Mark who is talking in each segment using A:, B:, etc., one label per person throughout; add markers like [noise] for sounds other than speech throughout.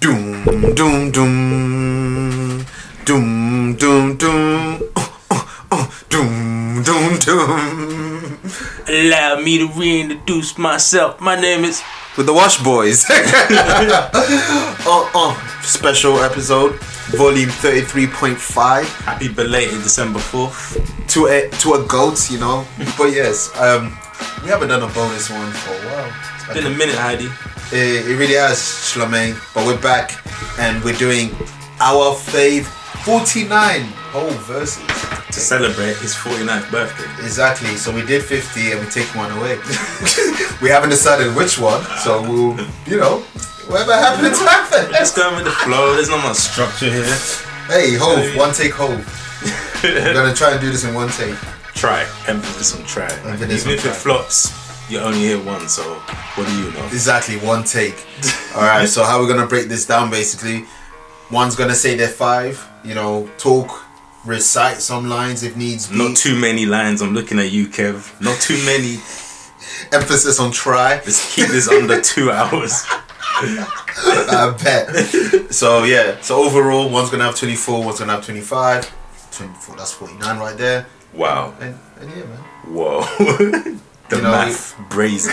A: Doom, doom, doom. Doom, doom, doom. Oh, oh, oh. Doom, doom, doom.
B: Allow me to reintroduce myself. My name is.
A: With the Wash Boys. [laughs] oh, oh. Special episode, volume 33.5.
B: Happy belated December 4th.
A: To a, to a goat, you know. But yes, um, we haven't done a bonus one for a while. It's
B: Been a minute, Heidi.
A: It, it really has, Shlame. But we're back and we're doing our fave 49 whole verses.
B: To celebrate his 49th birthday.
A: Exactly. So we did 50 and we take one away. [laughs] we haven't decided which one, so we'll, you know, whatever happened, it's happened.
B: Just going with the flow. There's not much structure here.
A: Hey, Hove, one take Hove. We're gonna try and do this in one take.
B: Try. Emphasis on try.
A: Emphasis
B: Even
A: on
B: if
A: try.
B: it flops, you only hear one, so what do you know?
A: Exactly, one take. All right, so how we're gonna break this down basically? One's gonna say their five, you know, talk, recite some lines if needs be.
B: Not too many lines. I'm looking at you, Kev. Not too many.
A: Emphasis on try.
B: Let's keep this under two [laughs] hours.
A: I bet. So yeah. So overall, one's gonna have 24, one's gonna have 25. 24, that's 49 right there.
B: Wow.
A: And, and yeah, man.
B: Whoa. [laughs] the
A: You know,
B: math brazen.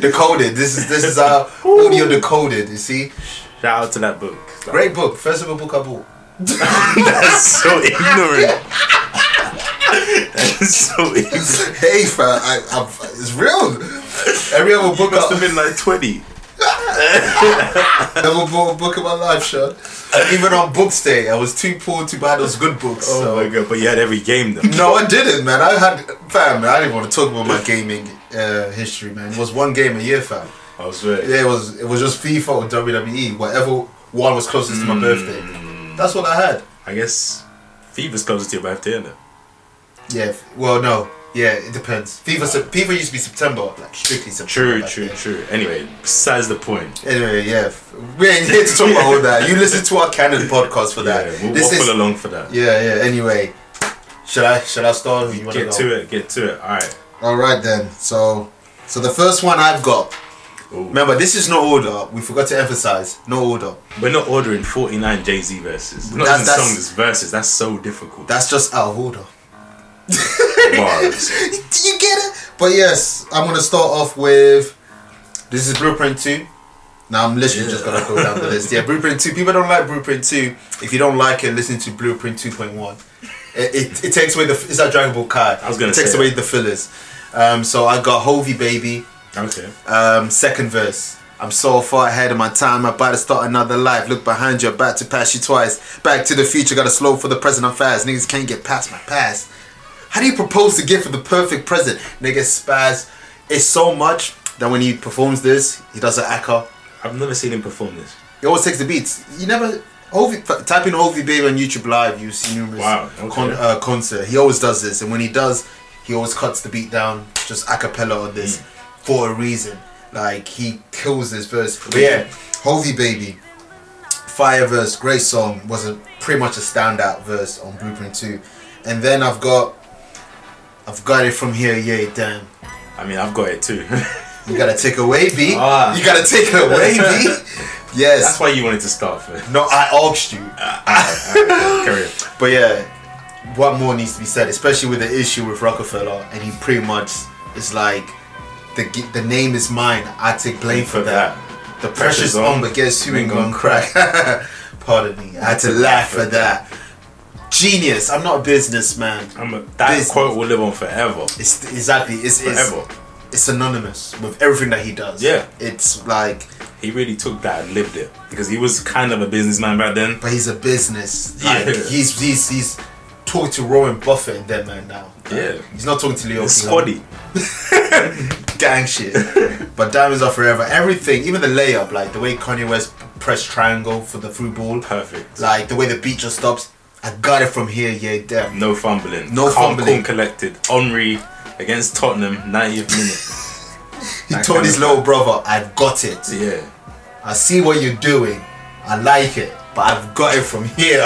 A: Decoded. This is this is [laughs] our audio decoded. You see,
B: Shout out to that book.
A: great book. First of all, book I bought. [laughs]
B: That's so ignorant. That's so ignorant.
A: hey, fam, I, I, it's real. Every other book
B: Must
A: I
B: have been like 20.
A: Never bought a book in my life, Sean. Even on Books Day, I was too poor to buy those good books. so.
B: Oh god, but you had every game though.
A: No, I didn't, man. I had fam. man, I didn't want to talk about my gaming uh, history, man. It was one game a year, fam.
B: I was right.
A: Yeah, it was it was just FIFA or WWE, whatever one was closest
B: Mm.
A: to my birthday. That's what I had.
B: I guess FIFA's closer to your birthday, isn't it?
A: Yeah. f- Well, no. Yeah, it depends. FIFA se- FIFA used to be September, like strictly September.
B: True,
A: back
B: true,
A: then.
B: true. Anyway, besides the point.
A: Anyway, yeah, f- we ain't here to talk about all that. You listen to our
B: [laughs]
A: canon podcast for that.
B: Yeah, we'll
A: this
B: waffle
A: is
B: along for that.
A: yeah, yeah. Anyway, should I should I start? Or you want
B: Get
A: go?
B: to it, get to it. Alright.
A: All right then. So, so the first one I've got.
B: Ooh.
A: Remember, this is no order. We forgot to emphasize no order.
B: We're not ordering 49 Jay Z verses. Not
A: That's-
B: even
A: that's-
B: songs, it's verses. That's so difficult.
A: That's just out of order.
B: Bars.
A: Do you get it? But yes, I'm gonna start off with. This is Blueprint Two. Now I'm literally just gonna go down the list. Yeah, Blueprint Two. People don't like Blueprint Two. If you don't like it, listen to Blueprint Two Point One. It, it, it takes away the it's like Dragon Ball Kai.
B: I was gonna
A: it takes
B: say
A: away
B: that.
A: the fillers. Um, so I got Hovey Baby.
B: Okay.
A: Um, second verse. I'm so far ahead of my time, about to start another life. Look behind you, about to pass you twice. Back to the future, gotta slow for the present, I'm fast. Niggas can't get past my past. How do you propose to get for the perfect present? Niggas spaz. It's so much that when he performs this, he does an acca.
B: I've never seen him perform this.
A: He always takes the beats. You never. OV, type in OV Baby on YouTube Live, you see numerous
B: Wow, okay.
A: con, uh, concert. He always does this, and when he does, he always cuts the beat down just a cappella on
B: Mm.
A: this for a reason. Like he kills this verse. But yeah, Hovey Baby, Fire verse, great song, was a pretty much a standout verse on Blueprint Two. And then I've got, I've got it from here. Yeah, damn.
B: I mean, I've got it too. [laughs]
A: You gotta take away B.
B: Ah.
A: You gotta take it away B. Yes.
B: [laughs] That's why you wanted to start [laughs] first.
A: No, I asked you.
B: Alright, alright, carry on.
A: But yeah, what more needs to be said, especially with the issue with Rockefeller, and he pretty much is like, the g- the name is mine. I take blame for that. The pressure's on, but guess who ain't gonna crack? [laughs] Pardon me. I had to laugh for that. Genius. I'm not a businessman.
B: I'm a, that
A: Business.
B: quote will live on forever.
A: It's exactly. It's it's,
B: Forever.
A: it's synonymous with everything that he does.
B: Yeah.
A: It's like,
B: He really took that and lived it because he was kind of a businessman back then.
A: but he's a business. Like,
B: Yeah.
A: He's he's he's talking to Warren Buffett and them man now. Like,
B: Yeah.
A: He's not talking to Leo.
B: It's
A: Kingsman.
B: squaddy.
A: gang shit. [laughs] but diamonds are forever. Everything, even the layup, like the way Kanye West pressed triangle for the through ball,
B: Perfect.
A: like the way the beat just stops. I got it from here, yeah, damn.
B: No fumbling.
A: No
B: Calm,
A: fumbling.
B: cool, collected. Henri against Tottenham, 90th
A: He
B: That
A: told
B: kind
A: his
B: of-
A: little brother, I've got it. [laughs]
B: minute. yeah.
A: I see what you're doing. [laughs] I like it, but I've got it from here.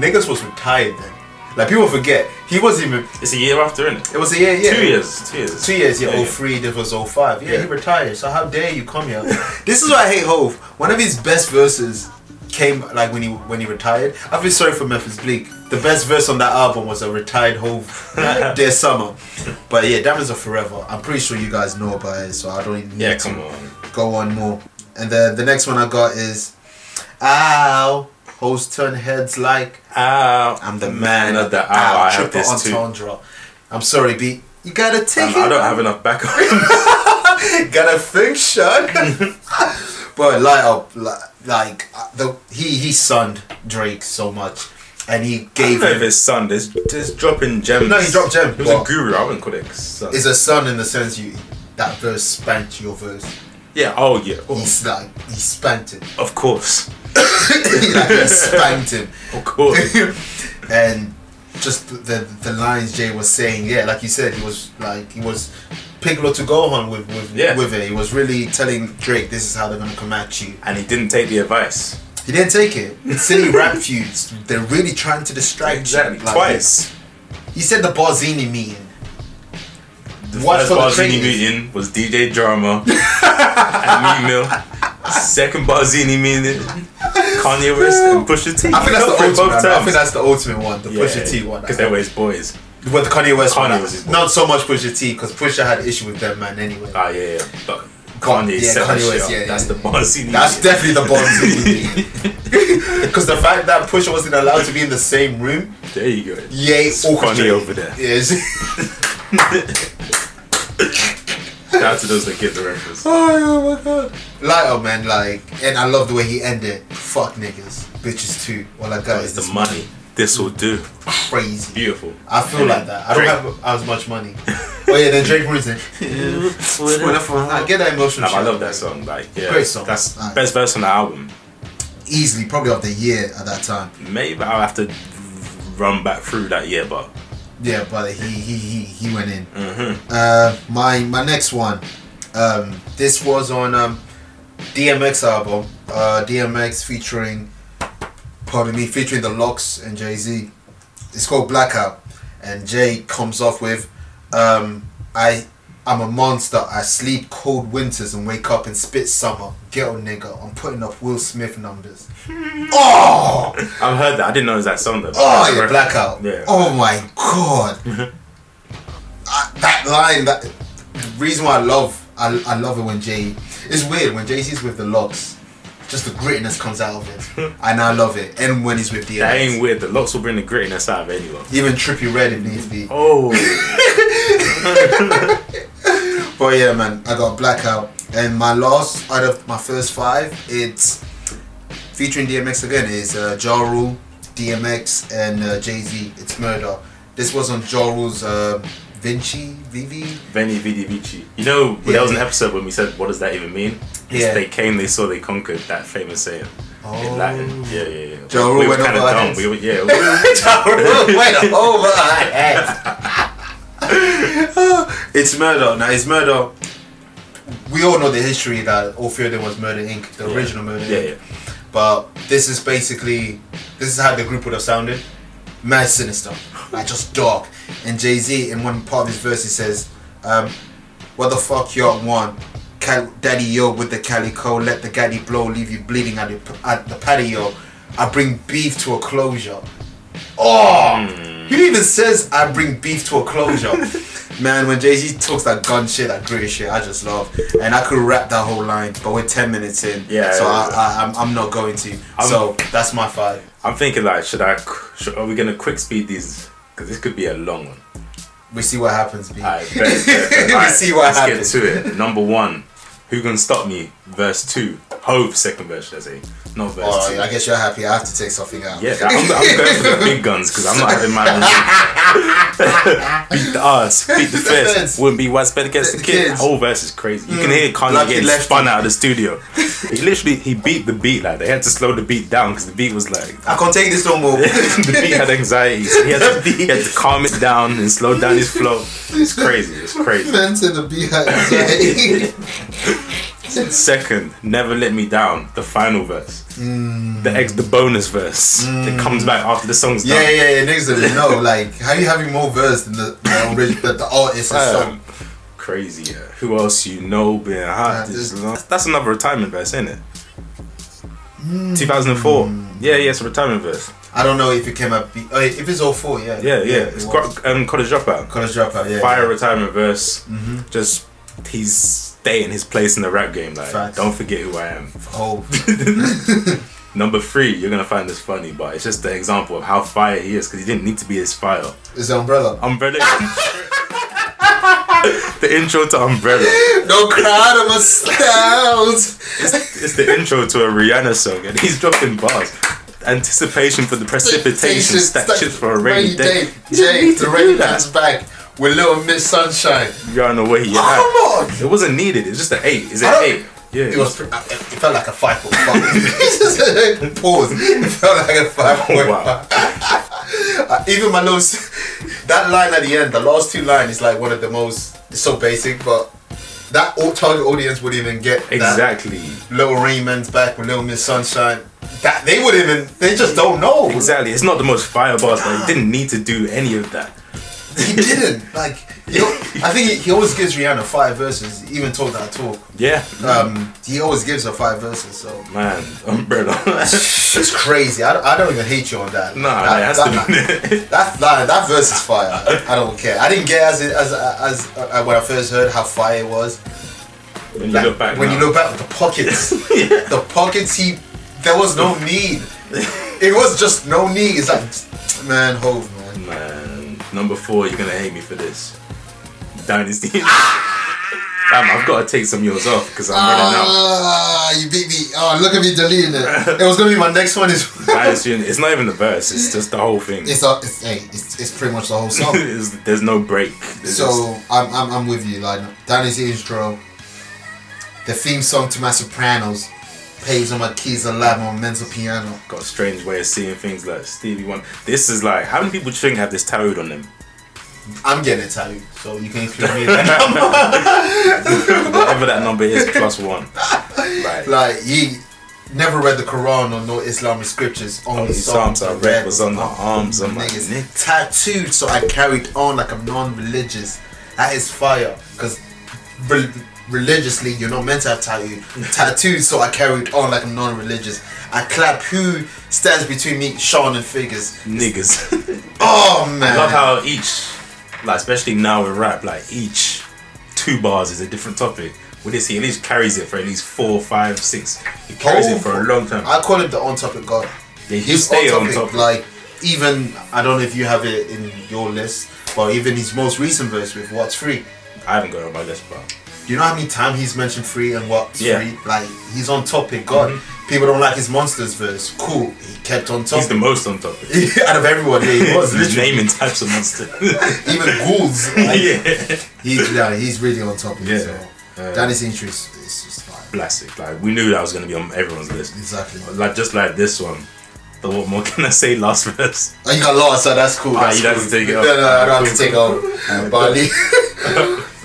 A: Niggas was retired then. Like people forget he wasn't even.
B: It's a year after, isn't it?
A: It was a year, yeah.
B: Two years. Two years.
A: Two years, yeah, Oh,
B: yeah.
A: 03, this was 05. Yeah,
B: Yeah.
A: he retired, so how dare you come here? [laughs] this is why I hate Hove. One of his best verses came like when he when he retired. I feel sorry for Memphis Bleak. The best verse on that album was a retired [laughs] Hove uh, Dear Summer. But yeah, Diamonds Are Forever. I'm pretty sure you guys know about it, so I don't even need
B: Yeah,
A: to
B: come on.
A: go on more. And the the next one I got is Ow, Hoes turn heads like
B: Ow.
A: I'm the man Ah,
B: of the hour. I have
A: triple
B: this too.
A: entendre. I'm sorry, B. You gotta
B: Um,
A: take
B: I
A: it.
B: don't have enough backup. [laughs]
A: Gotta think, [laughs] Sean. but light up, li- like uh, the he he sunned Drake so much, and he
B: I
A: gave
B: [laughs] don't know if
A: him.
B: his son. There's just dropping gems.
A: No, he dropped gems,
B: He was a
A: but-
B: guru. I wouldn't call it his son.
A: It's a son in the sense you that verse spanked your verse.
B: yeah. Oh yeah. Oh,
A: He's like he spanked it. [laughs]
B: of course.
A: like, he spanked him. [laughs]
B: [laughs] Of course.
A: and just the the lines Jay was saying, yeah, like you said, he was like he was Piglet to go on with with
B: Yeah.
A: with it. He was really telling Drake, this is how they're gonna come at you.
B: and he didn't take the advice.
A: He didn't take it. Silly rap feuds. They're really trying to distract you.
B: Exactly.
A: Like,
B: Twice.
A: He said the Barzini meeting.
B: The
A: What
B: first
A: for the
B: Barzini
A: traitors?
B: meeting was DJ Drama [laughs] and Meat Mill. Second Barzini meeting, Kanye West and Pusha T.
A: I think that's
B: He got
A: the
B: three
A: ultimate.
B: [laughs] both
A: I
B: times.
A: think that's the ultimate one. The Pusha T one.
B: Because they were his boys.
A: With Kanye West
B: Kanye
A: one. uh,
B: was his boy.
A: Not so much Pusha T because Pusha had issue with that man anyway.
B: Ah, yeah, yeah. But Kanye
A: Yeah,
B: set
A: Kanye
B: that shit
A: West,
B: up.
A: yeah,
B: That's
A: yeah,
B: the
A: yeah.
B: Barzini.
A: That's
B: meeting.
A: definitely the Barzini. [laughs]
B: [laughs]
A: Because the fact that Pusha wasn't allowed to be in the same room,
B: There you go.
A: yay,
B: It's Kanye over there.
A: Is.
B: Shout out to those that get the reference.
A: Oh my god. Light up, man. Like, and I love the way he ended. Fuck niggas, bitches too. All I got
B: It's
A: is
B: the
A: this
B: money. This will do.
A: crazy.
B: Beautiful.
A: I feel like that. I don't
B: Drake.
A: have as much
B: [laughs]
A: money. oh yeah, then Drake Ruins it. I get that emotional.
B: Nah, I
A: shit.
B: love that song. Like, yeah,
A: Great song.
B: That's
A: Aye.
B: best verse on the album.
A: Easily, probably of the year at that time.
B: Maybe I'll have to run back through that year, but
A: Yeah, but he he he, he went in.
B: Mhm.
A: Uh, my my next one. Um, this was on um, DMX album. Uh, DMX featuring, pardon me, featuring the Locks and Jay Z. It's called Blackout, and Jay comes off with, um, "I I'm a monster. I sleep cold winters and wake up and spit summer. Ghetto nigga. I'm putting up Will Smith numbers. oh,
B: I've heard that. I didn't know it was that song though. That's
A: Oh
B: a
A: yeah,
B: reference.
A: blackout.
B: Yeah. Mm-hmm.
A: Oh my god. I, that line, that the reason why I love, I, I love it when Jay. It's weird when Jay Z's with the locks, just the grittiness comes out of
B: [laughs]
A: it, and I love it. And when he's with the
B: That ain't weird. The locks will bring the grittiness out of anyone.
A: even trippy red if needs be.
B: Oh,
A: But yeah, man, I got blackout. And my last out of my first five, it's featuring DMX again. Is uh, Ja Rule, DMX, and uh, Jay Z. It's Murder. This was on Ja Rule's um Vinci VV.
B: Veni Vidi Vici. You know,
A: Yeah.
B: there was an episode when we said, "What does that even mean?" It's
A: Yeah.
B: They came, they saw, they conquered. That famous saying in Latin. Yeah, yeah, yeah. Ja
A: Rule
B: we were
A: went
B: kind of
A: Oh. over our
B: dumb.
A: heads.
B: We were, yeah. we were-
A: Ja Rule went over our heads. [laughs] it's Murder. Now it's Murder. We all know the history that all fear there was Murder Inc., the [laughs]
B: yeah.
A: original Murder
B: Yeah,
A: Inc.
B: yeah.
A: But this is basically this is how the group would have sounded. Mad sinister, like just dark. And Jay Z in one part of his verse he says, um, "What the fuck you all want? Cal- Daddy yo with the calico, let the gaddy blow, leave you bleeding at the, at the patio. I bring beef to a closure." Oh,
B: Hmm.
A: he even says, "I bring beef to a
B: [laughs]
A: closure." Man, when Jay Z talks that gun shit, that British shit, I just love. And I could rap that whole line, but we're ten minutes in,
B: Yeah,
A: So
B: yeah,
A: I,
B: yeah.
A: I, I'm, I'm not going to.
B: I'm-
A: so that's my five.
B: I'm thinking like, should I? qu- Should, are we gonna quick speed these? Because this could be a long one.
A: We see what happens, B.
B: Alright, bet,
A: [laughs]
B: bet, bet.
A: We
B: Alright,
A: see what
B: let's
A: happens.
B: get to it. Number one, Who Can Stop Me? Verse two, Hove, second verse, should I say. Not verse
A: Oh,
B: two.
A: I guess you're happy. I have to take something out.
B: yeah, I'm, I'm going for the big guns because I'm not having
A: [laughs]
B: my [laughs] own. beat the ass, beat the
A: Beat the fence.
B: fence. Wouldn't be what's better against the,
A: The
B: kid.
A: kids. Mm.
B: Whole verse is crazy. You can hear Kanye
A: Lucky
B: getting
A: lefty.
B: spun out of the studio. He literally he beat the beat like they had to slow the beat down because the beat was like [laughs]
A: I can't take this no more.
B: the beat had anxiety. So he, had to, he had to calm it down and slow down his flow. It's crazy. It's crazy.
A: Man said the beat had anxiety.
B: Second, never let me down. The final verse, the ex, the bonus verse that comes back after the song's
A: [laughs] Mm. Yeah,
B: done.
A: yeah, yeah. Niggas didn't know. Like, how you having more verse than the the, orig- the, the artist? and song?
B: Um, crazy. Yeah. Who else you know been hot?
A: Yeah,
B: this
A: this-
B: long? That's another retirement verse, isn't it?
A: Mm.
B: 2004. Yeah, yeah, it's a retirement verse.
A: I don't know if it came up. Be- oh, if it's all four, yeah.
B: Yeah, yeah. it's
A: it was.
B: got um, college dropout.
A: college dropout. Yeah.
B: fire
A: yeah.
B: retirement verse.
A: Mm-hmm.
B: Just he's staying his place in the rap game. Like,
A: Facts.
B: don't forget who I am. [laughs]
A: Oh,
B: Number three, you're gonna find this funny, but it's just the example of how fire he is because he didn't need to be this fire.
A: it's the umbrella.
B: Umbrella. the intro to Umbrella.
A: No crowd, I'm a stout.
B: It's, it's the intro to a Rihanna song, and he's dropping bars. Anticipation for the precipitation, statues for a rainy day. You didn't
A: Jay,
B: need to
A: the
B: do
A: rain
B: that.
A: man's back with little Miss Sunshine.
B: Rihanna, where he at?
A: Oh, Come on.
B: It wasn't needed. It's just an eight. Is it
A: I don't-
B: eight? Yeah.
A: It was. uh, It felt like a five [laughs] point five. Pause. It felt like a five point
B: Oh, Wow.
A: five. [laughs] Uh, Even my little, s- that line at the end, the last two lines is like one of the most. It's so basic, but that au- target audience would even get that.
B: Exactly.
A: Little Raymond's back with Little Miss Sunshine. That they would even. They just don't know.
B: Exactly. It's not the most fire bars, but he didn't need to do any of that.
A: He didn't like. He, al- I think he, he always gives Rihanna five verses. He even told that talk.
B: Yeah.
A: Um, he always gives her five verses. So.
B: Man, umbrella. [laughs]
A: It's crazy. I don't, I don't even hate you on that.
B: nah,
A: that,
B: that has
A: that,
B: to be. [laughs]
A: That line, that verse is fire. I don't care. I didn't get as as as uh, when I first heard how fire it was.
B: when you
A: Like,
B: look back.
A: when
B: now.
A: you look back, the pockets,
B: [laughs] Yeah.
A: the pockets. He, there was no need. It was just no need. It's like, man, hove man.
B: Man, number four, you're gonna hate me for this. Dynasty. [laughs] Damn, I've got to take some of yours off because I'm running out.
A: Ah, you beat me. Oh, look at me deleting it. It was gonna be my next one. Is [laughs]
B: Dynasty, it's not even the verse. It's just the whole thing. [laughs]
A: it's a, it's, hey, it's it's pretty much the whole song.
B: It's- there's no break. There's
A: So I'm, I'm, I'm with you. Like Danny's intro, the theme song to My Sopranos, plays on my keys alive on mental piano.
B: just got a strange way of seeing things like Stevie Wonder. This is like how many people do you think have this tattooed on them? [laughs]
A: I'm getting a tattoo, so you can include me. in that.
B: [laughs] Whatever that number is, plus one. Right.
A: like he never read the Quran or no Islamic scriptures. Only,
B: Only
A: Psalms,
B: Psalms I read was on the arms of my neck.
A: niggas. Tattooed, so I carried on like I'm non-religious. That is fire, because religiously you're not meant to have
B: [laughs]
A: tattoo. Tattooed, so I carried on like I'm non-religious. I clap who stands between me, Sean and figures.
B: Niggas. [laughs]
A: Oh man,
B: I love how each, like especially now in rap, like each two bars is a different topic. With this, he at least carries it for at least four, five, six. He carries it for a long time.
A: I call him the on-topic god.
B: Yeah, he stay on topic.
A: Like even I don't know if you have it in your list, but even his most recent verse with "What's Free."
B: I haven't got it on my list, but
A: Do you know how many times he's mentioned free and what's
B: Yeah. Mhm.
A: free? Like he's on topic. God, people don't like his monsters verse. Cool, he kept on
B: he's the
A: topic.
B: most on topic.
A: [laughs] out of everyone. Yeah,
B: [laughs]
A: he was
B: He's
A: literally
B: naming types of monster.
A: even
B: [laughs]
A: ghouls. Like,
B: yeah.
A: He's yeah, he's really on topic.
B: Yeah.
A: So
B: Uh,
A: Danny's interest is just fine.
B: Classic. Like we knew that was gonna be on everyone's list.
A: Exactly.
B: Like just like this one. But what more can I say? Last verse.
A: Oh, you got lost, so that's cool.
B: Ah,
A: that's
B: you don't
A: cool.
B: have to take it
A: no,
B: off.
A: No, I don't have to take it off.
B: [laughs]
A: but at least-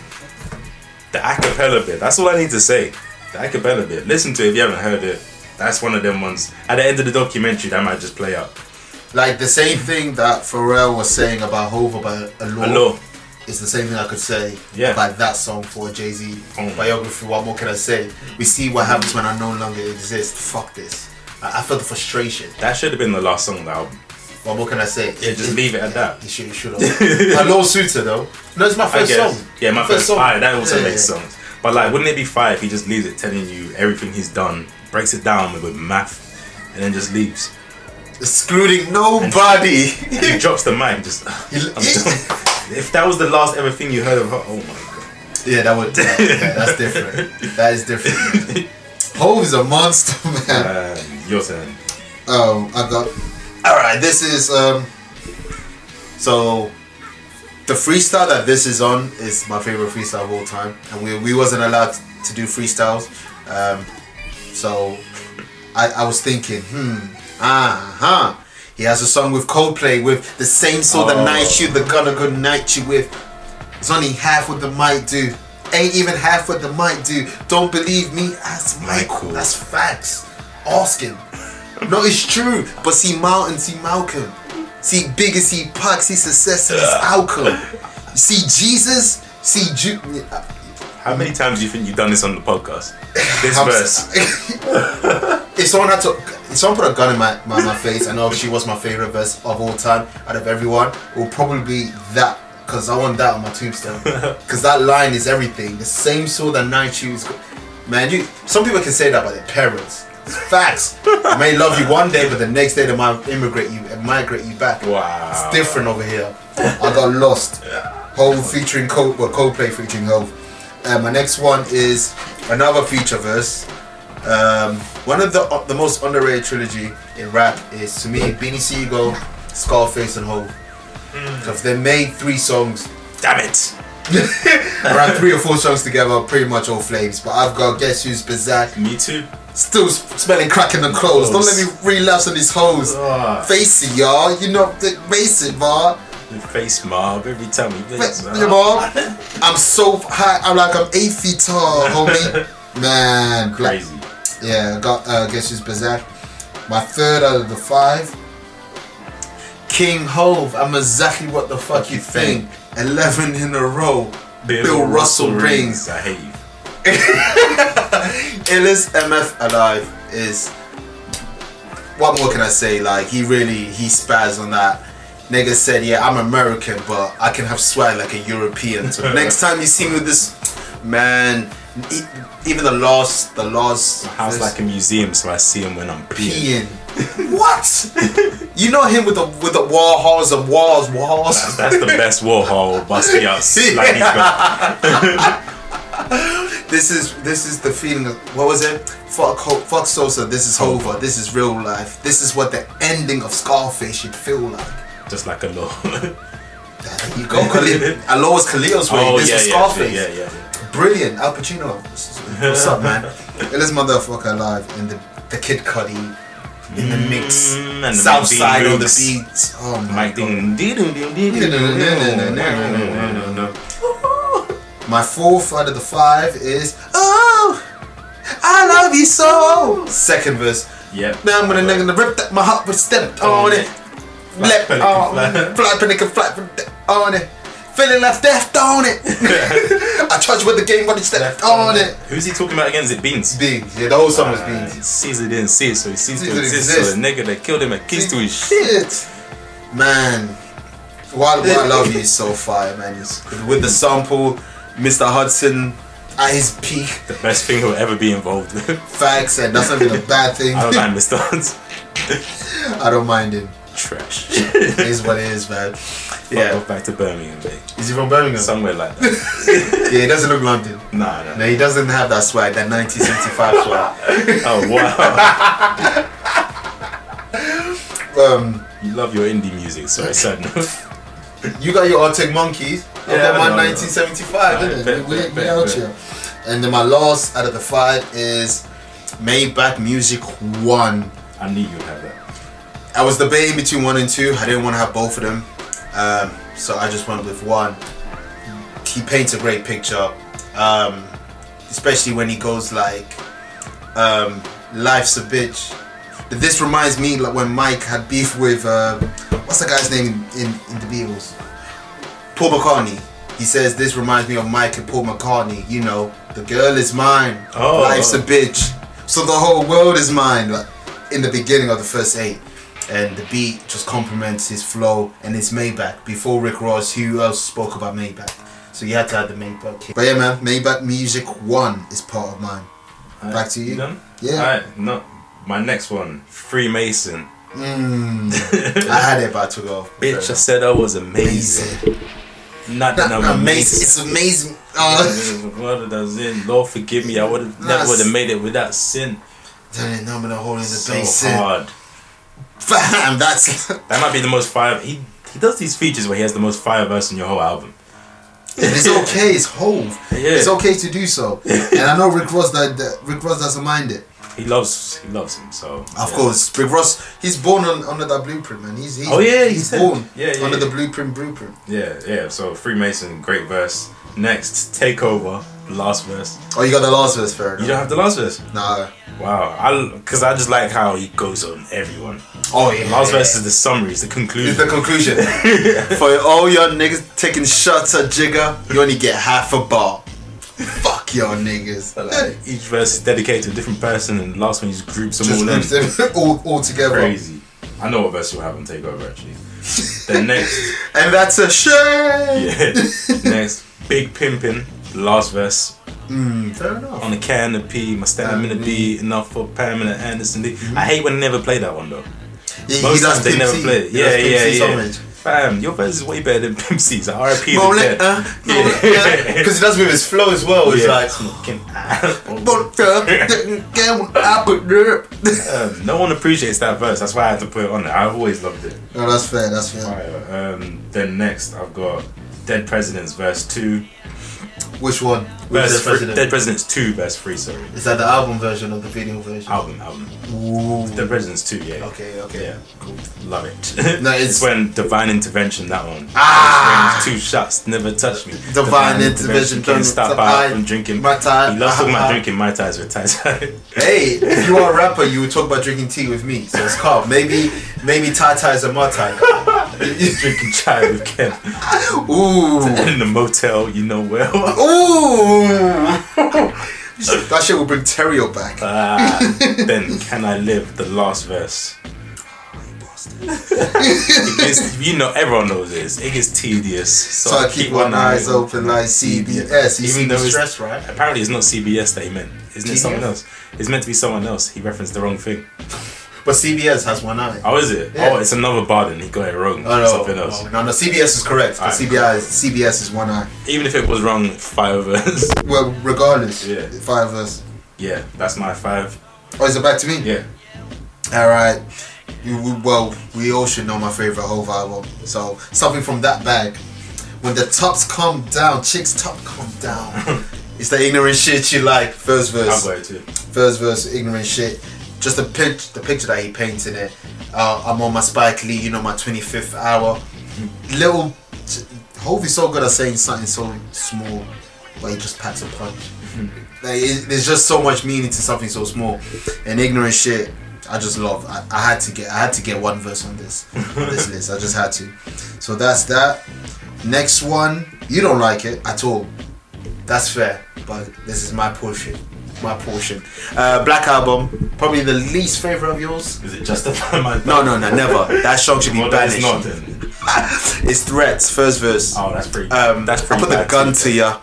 B: The acapella bit. That's all I need to say. The acapella bit. Listen to it if you haven't heard it. That's one of them ones. At the end of the documentary, that might just play out.
A: [laughs] like the same thing that Pharrell was saying about Hove about
B: Hello.
A: It's the same thing I could say
B: Yeah.
A: about that song for Jay Z
B: Oh.
A: biography. What more can I say? We see what happens when I no longer exist. Fuck this. I, I feel the frustration.
B: That should have been the last song on the album.
A: What more can I say?
B: Yeah, just leave it at that.
A: It should, it should have. Hello, Suitor though. No, it's my
B: I
A: first
B: guess.
A: song.
B: Yeah, my first song. Ah, that also
A: Yeah,
B: makes
A: yeah.
B: songs. But like, wouldn't it be fire if he just leaves it telling you everything he's done, breaks it down with, with math, and then just leaves?
A: Excluding nobody. [laughs]
B: And he drops the mic. Just. [laughs]
A: He-
B: I'm done. [laughs] If that was the last ever thing you heard of her, oh my
A: yeah, that would. That, yeah, that's different. That is different.
B: [laughs]
A: man. Hove is a monster, man.
B: god. Um, your turn.
A: Um, I got. All right, this is um. So, the freestyle that this is on is my favorite freestyle of all time, and we, we wasn't allowed to do freestyles, um, so I, I was thinking, hmm, ah, huh. He has a song with Coldplay with the same sort of
B: Oh.
A: night you, the gonna good night you with. It's only half what the might do. ain't even half what the mic do. Don't believe me? Ask Michael.
B: Michael.
A: That's facts. Ask
B: [laughs]
A: him. no, it's true. But see Mountain, see Malcolm. See Bigger, see Puck, see Success, see his outcome. See Jesus, see Ju-
B: How many times do you think you've done this on the podcast? This
A: I'm
B: verse.
A: [laughs] if someone had to, if someone put a gun in my, my, my face, I know she was my favorite verse of all time out of everyone. It would probably be that because I want that on my
B: [laughs]
A: tombstone. Because that line is everything. The same soul that nine shoes. go- Man, you. Some people can say that about their parents. It's facts. I may love you one day, but the next day they might immigrate you and migrate you back.
B: Wow.
A: It's different over here. I got lost. Hove featuring Cold, well, Coldplay featuring Hove. Uh, my next one is another feature verse. Um, one of the uh, the most underrated trilogy in rap is to me Beanie Siegel, Scarface, and Hove. Because they made three songs,
B: Damn it.
A: around three or four songs together, pretty much all flames. But I've got Guess Who's Bizarre,
B: Me too.
A: still s- smelling crack in the clothes. Don't let me relapse on these hoes.
B: Ah.
A: Face it, y'all. You know, th- face it, man.
B: The face mob every time we play.
A: But, you know, I'm so high. I'm like I'm eight feet tall, [laughs] homie. Man, like,
B: Crazy.
A: yeah. Got uh, guess who's bizarre. My third out of the five. King Hove. I'm exactly what the fuck you think. Eleven in a row. Bill, Russell, rings.
B: I hate you.
A: Illest MF alive is. What more can I say? Like he really he spazzed on that. Nigga said, "Yeah, I'm American, but I can have swag like a European." So next time you see me with this, man, e- even the last, the last
B: My house like a museum, so I see him when I'm peeing.
A: European. what? you know him with the with the wall halls and walls, walls.
B: That's, that's the [laughs] best Warhol busting out slightly. [laughs] Yeah.
A: this is this is the feeling of what was it? Fuck Ho- fuck Sosa. This is over. This is real life. This is what the ending of Scarface should feel like.
B: Just like a [laughs] law.
A: There
B: [laughs]
A: you go, Khalil. Aloha was Khalil's way. this was Scarface.
B: Oh, yeah, yeah, yeah.
A: Brilliant, Al Pacino. What's up,
B: [laughs]
A: man? Illest motherfucker alive in the the Kid Cudi. In the mix,
B: Mm, and the
A: Southside
B: Mike
A: on the
B: Beats.
A: beats. Oh my
B: Mike ding ding ding ding ding ding ding ding ding ding.
A: My fourth out of the five is Oh, I love you
B: [laughs]
A: so. Second verse.
B: Yep.
A: Now I'm gonna nigga rip that my heart was stepped on it. Left
B: pelican
A: on
B: fly.
A: fly pelican fly from de- on it. Feeling like death on [laughs] it. I charge with the game but it's stepped on it.
B: Who's he talking about again? Is it Beans?
A: Beans, yeah, the whole song was
B: Uh,
A: beans.
B: Caesar didn't see it, so he ceased to
A: Caesar
B: exist.
A: exists.
B: So the nigga that killed him a kiss to his shit.
A: Shit. Man. Why, why I love you is so fire, man. It's- With the sample, Mr. Hudson at his peak.
B: The best thing he'll ever be involved [laughs] with.
A: Facts and that's not even a bad thing.
B: [laughs] I don't like Mr. Hunt.
A: I don't mind him.
B: Trash.
A: It is what it is, man.
B: yeah.
A: [laughs] Yeah.
B: back to Birmingham, babe.
A: Is he from Birmingham?
B: Somewhere like
A: [laughs]
B: that.
A: yeah, he doesn't look London.
B: nah, nah.
A: No, he doesn't have that swag, that 1975
B: [laughs]
A: swag.
B: Oh wow. [laughs]
A: Um,
B: you love your indie music, so it's sad enough.
A: you got your Arctic Monkeys. I
B: Yeah,
A: got
B: I
A: my
B: know, I know.
A: 1975,
B: Right,
A: didn't
B: bet,
A: it? We,
B: bet,
A: we
B: bet,
A: out
B: bet.
A: here. And then my last out of the five is Maybach Music 1.
B: [laughs] I knew you'd have that.
A: I was debating between one and two. I didn't want to have both of them, um, so I just went with one. He paints a great picture, um, especially when he goes like, um, "Life's a bitch." But this reminds me like when Mike had beef with uh, what's the guy's name in, in, in the Beatles? Paul McCartney. He says this reminds me of Mike and Paul McCartney. You know, the girl is mine.
B: Oh.
A: Life's a bitch. So the whole world is mine. Like in the beginning of the first eight, and the beat just complements his flow and his Maybach. Before Rick Ross, who else spoke about Maybach? So you had to have the Maybach. Here. But yeah, man, Maybach Music One is part of mine.
B: Alright,
A: Back to you.
B: done?
A: Yeah,
B: Alright, no. My next one, Freemason.
A: I had it about to go.
B: Bitch, I said I was amazing.
A: amazing.
B: Not that
A: Not
B: I'm
A: amazing. It's
B: amazing.
A: amazing. Uh, [laughs]
B: [laughs] What does it? Lord forgive me. I would have
A: Nah,
B: never would
A: s-
B: have made it without sin.
A: Turn the number the hole in the
B: So
A: basin.
B: hard.
A: [laughs] Fam, that's
B: That might be the most fire. He he does these features where he has the most fire verse in your whole album.
A: it's okay. It's Hove.
B: Yeah.
A: It's okay to do so. And I know Rick Ross that, that Rick Ross doesn't mind it.
B: he loves he loves him. So of
A: Of course, Big Ross. He's born on, under that blueprint, man. He's, he's
B: Oh, yeah, he
A: he's
B: said.
A: born
B: Yeah, yeah,
A: under
B: yeah.
A: the blueprint blueprint.
B: Yeah, yeah. So Freemason, great verse. Next, Takeover, last verse.
A: Oh, you got the last verse, fair
B: You
A: enough.
B: don't have the last verse.
A: Nah.
B: Wow, I because I just like how he goes on everyone.
A: Oh yeah.
B: The last verse is the summary, it's the conclusion.
A: It's the
B: [laughs]
A: conclusion. For all your niggas taking shots at Jigger, you only get half a bar. Fuck your niggas.
B: Like, each verse is dedicated to a different person, and the last one he just groups them
A: Just
B: all
A: groups
B: in.
A: them all, all together.
B: Crazy. I know what verse you'll have on Takeover actually. then next, [laughs]
A: And that's a shame.
B: yeah, next, Big Pimpin, last verse.
A: Fair enough.
B: on the canopy, my stamina be Mm-hmm. enough for Pamela Anderson. I hate when they never play that one though.
A: He,
B: Most times they
A: Pimp
B: never
A: C.
B: play it.
A: He
B: Yeah,
A: does Pimp
B: yeah,
A: C so
B: yeah.
A: much.
B: Fam, your verse is way better than Pimp C's. Like, RIP is
A: Roll
B: dead.
A: it, uh, roll it, uh.
B: [laughs] Yeah.
A: 'Cause he does with his flow as well. It's
B: Yeah.
A: like.
B: Smoking.
A: "But, uh, didn't get uh." what I put there."
B: Um, no one appreciates that verse. That's why I had to put it on there. I've always loved it.
A: [laughs] No, that's fair. That's fair.
B: Alright, Um, then next, I've got Dead Presidents verse two.
A: Which one? Which
B: Verse
A: is the
B: three-
A: president?
B: Dead Presidents two verse three. Sorry,
A: Is that the album version or the video version?
B: album album.
A: Ooh.
B: Dead Presidents two. Yeah.
A: Okay, okay.
B: Ah. Yeah, cool. Love it.
A: No, it's-
B: it's, when divine intervention. That one.
A: Ah!
B: Those rings, two shots never touched me.
A: Divine intervention,
B: can't
A: don't
B: stop
A: stop
B: I
A: I-
B: from drinking.
A: Mai Tai.
B: He loves talking
A: Ah, ah. [laughs]
B: about drinking my ties with ties. [laughs]
A: Hey, if you are a rapper, you would talk about drinking tea with me. So it's calm. Maybe, maybe Thai Thai is a Mai Tai.
B: drinking chai with Ken.
A: Ooh,
B: In the motel, you know well. [laughs]
A: ooh. That shit will bring Terrio back.
B: Ah, [laughs] then can I live the last verse? it gets, you know, everyone knows this. It gets tedious. So,
A: So I keep one eyes open like CBS. You see
B: Even though
A: the
B: it's-
A: stress,
B: [laughs]
A: right?
B: Apparently, it's not CBS that he meant. Isn't it someone
A: CBS?
B: else? It's meant to be someone else. He referenced the wrong thing.
A: But CBS has one eye.
B: Oh, is it?
A: Yeah.
B: Oh, it's another bar then. He got it wrong.
A: Oh, no,
B: Something else.
A: no, no, no, CBS is correct. But
B: Alright,
A: CBS, CBS is one eye.
B: Even if it was wrong, five of us. [laughs]
A: Well, regardless,
B: Yeah.
A: five of us.
B: yeah, that's my five.
A: Oh, is it back to me?
B: Yeah.
A: All right. You, we- well, we all should know my favorite Hove album. So something from that bag. When the tops come down, chicks top come down. it's the ignorant shit you like. First
B: I've
A: verse.
B: got it too.
A: First verse, ignorant shit. Just the pitch, the picture that he paints in it. Uh, I'm on my Spike Lee, you know, my 25th hour. Little, Hove is so good at saying something so small, but he just packs a punch. Like, it, there's just so much meaning to something so small, and ignorant shit. I just love. I, I had to get. I had to get one verse on this on this list. I just had to. So that's that. Next one, you don't like it at all. That's fair, but this is my portion. My portion. Uh, Black album, probably the least favorite of yours.
B: Is it justify my
A: No, no, no, never. That song should be
B: Well, that
A: banished.
B: is not then.
A: It's threats. First verse.
B: Oh, that's pretty.
A: Um,
B: that's
A: I
B: pretty.
A: put the
B: bad
A: gun
B: too.
A: to ya.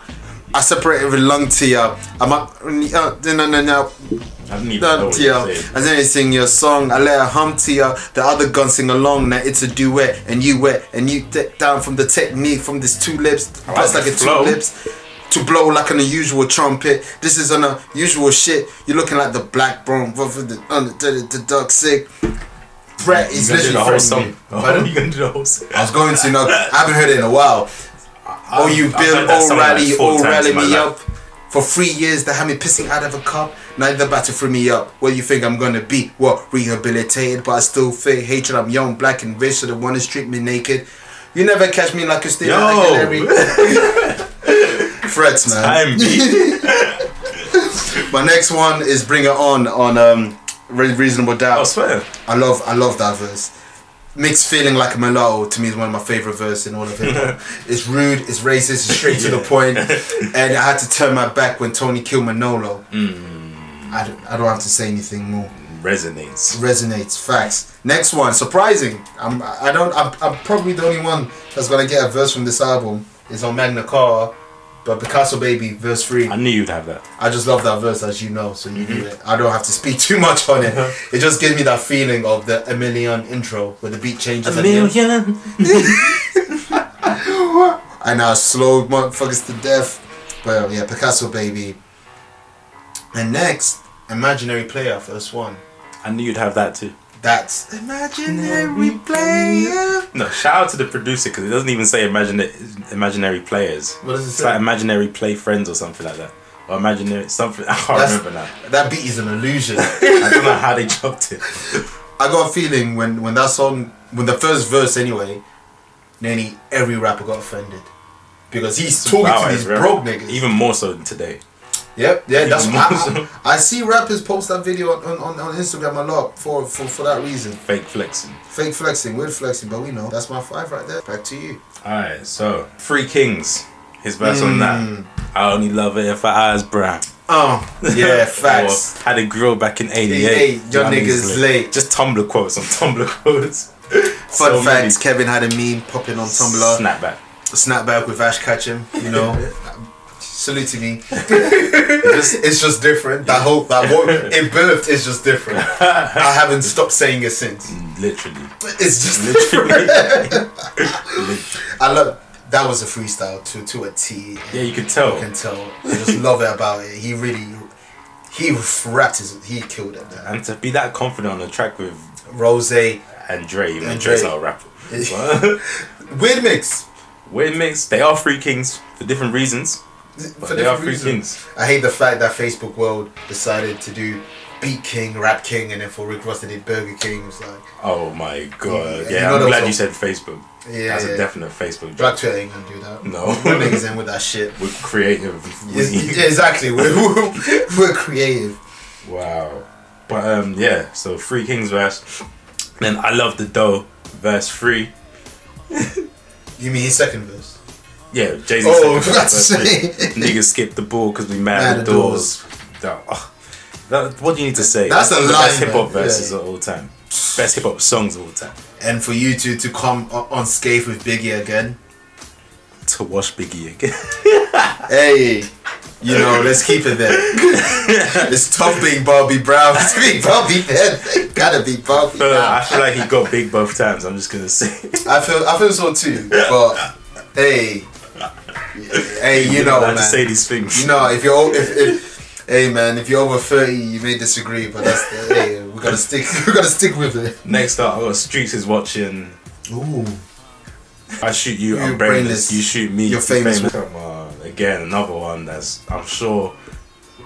A: I separated the lung to ya. I'm up. Uh, no, no, no.
B: I didn't even know
A: Done
B: what
A: to
B: you
A: ya.
B: said.
A: And then they sing your song. I let her hum to ya. The other gun sing along. Now it's a duet, and you wet, and you take down from the technique from this two lips.
B: I like
A: That's
B: the
A: like a
B: flow.
A: two lips. To blow like an unusual trumpet. This is unusual shit. You're looking like the black brown [laughs] brother, the, under the, the duck sick. Brett is
B: You're gonna do
A: literally
B: the whole
A: from
B: song. Oh, [laughs]
A: Pardon?
B: you gonna do the whole song?
A: I was going to. No, I haven't heard it in a while. Oh, you
B: I've heard
A: Bill
B: that
A: oh
B: song like
A: rally,
B: four
A: oh
B: times
A: rally
B: in my
A: me
B: life.
A: up. For three years, they had me pissing out of a cup. Now they're about to free me up. Where you think I'm gonna be? What rehabilitated? But I still fear hatred. I'm young, black, and rich, so the one is treat me naked. You never catch me like a steal
B: Yo. [laughs]
A: Threats, man. [laughs]
B: I'm beat.
A: My next one is Bring It On on um, Re- Reasonable Doubt.
B: I swear.
A: I love I love that verse. Mixed feeling like a mulatto to me is one of my favorite verses in all of hip hop. it's rude, it's racist, it's straight to the point, and I had to turn my back when Tony killed Manolo. I, don't, I don't have to say anything more.
B: Resonates.
A: Resonates, facts. Next one, surprising. I'm I don't I'm, I'm probably the only one that's gonna get a verse from this album. It's on Magna Carta, but Picasso Baby verse three.
B: I knew you'd have that.
A: I just love that verse, as you know, so you do it. I don't have to speak [laughs] too much on it. It just gives me that feeling of the a million intro where the beat changes. at the end. And I slowed motherfuckers to death. Well, yeah, Picasso, baby. And next, Imaginary Player, first one.
B: I knew you'd have that too.
A: That's Imaginary Player.
B: No, shout out to the producer because it doesn't even say imagine imaginary players.
A: What does it
B: It's
A: say?
B: like imaginary play friends or something like that. or imaginary something. [laughs] I can't
A: That's-
B: remember now.
A: That beat is an illusion. [laughs]
B: I don't know how they dropped it.
A: I got a feeling when when that song, when the first verse anyway, nearly every rapper got offended because he's [laughs] talking to
B: Wow, it's
A: these
B: rare.
A: broke niggas.
B: Even more so than today.
A: Yep, yeah, that's
B: Even
A: I,
B: more
A: I, I see rappers post that video on, on, on, on Instagram a lot for, for, for that reason.
B: Fake flexing.
A: Fake flexing, weird flexing, but we know that's my five right there. Back to you.
B: Alright, so Three Kings. His verse on
A: Hmm.
B: that. I only love it if I eyes brown.
A: Oh, yeah, facts.
B: [laughs] Or had a grill back in 88.
A: 88,
B: You know
A: your
B: what I mean?
A: niggas
B: It's
A: late.
B: Just Tumblr quotes on Tumblr quotes.
A: [laughs] Fun
B: So many.
A: facts: Kevin had a meme popping on Tumblr.
B: Snapback.
A: Snapback with Ash Ketchum, you
B: [laughs]
A: know. Salute to me. it's, just, it's just different. That whole that whole it birthed is just different. I haven't stopped saying it since.
B: [laughs] Literally.
A: It's just [laughs]
B: Literally.
A: I love that was a freestyle to to a T.
B: yeah, you could tell.
A: I can tell. I just love it about it. He really, he rapped his, he killed it. Man.
B: And to be that confident on the track with
A: Rose, weird
B: and Dre, even
A: And
B: Dre's
A: Dre.
B: not
A: [laughs]
B: a rapper. But- [laughs]
A: mix.
B: Weird mix. They are Three Kings for different reasons. But
A: For
B: they are
A: different
B: Three
A: reasons.
B: Kings.
A: I hate the fact that Facebook world decided to do Beat King, Rap King, and then for Rick Ross they did Burger King. It was like
B: Oh my god.
A: Yeah,
B: Yeah,
A: you know
B: I'm
A: those
B: glad you
A: songs.
B: said Facebook.
A: Yeah,
B: That's
A: yeah.
B: a definite Facebook joke.
A: Black Twitter ain't gonna do that.
B: No.
A: We're niggas in with that shit.
B: We're creative.
A: Yes,
B: [laughs] We-
A: yeah, exactly. We're, we're, [laughs] we're creative.
B: [laughs] Wow. But um yeah, so Three Kings verse. Then I love the dough verse three.
A: You mean his second verse?
B: Yeah, Jay Z.
A: Oh, [laughs] that's
B: Niggas skip the ball because we mad
A: Mad
B: at
A: at
B: doors. That, oh, that, what do you need to say?
A: That's a
B: the best
A: line,
B: hip hop
A: man.
B: verses
A: Yeah.
B: of all time. Best hip hop songs of all time.
A: And for you two to come o- unscathed with Biggie again.
B: To wash Biggie again. [laughs]
A: Hey, you know, let's keep
B: [laughs]
A: it there. it's tough being Bobby Brown. [laughs] It's being Bobby Brown. Gotta be Bobby
B: But
A: Brown.
B: I feel like he got big both times. I'm just gonna say.
A: I feel I feel so too. But hey, hey, [laughs] you know,
B: [laughs] I
A: man.
B: just say these things.
A: You know, if you're o- if, if hey man, if you're over thirty, you may disagree, but that's the, hey, we gotta stick. [laughs] We gotta stick with it.
B: Next up, I got Streaks is watching.
A: Ooh,
B: I shoot you, I'm
A: You
B: brainless.
A: brainless.
B: You shoot me,
A: You're famous.
B: Come on. Again, another one that's I'm sure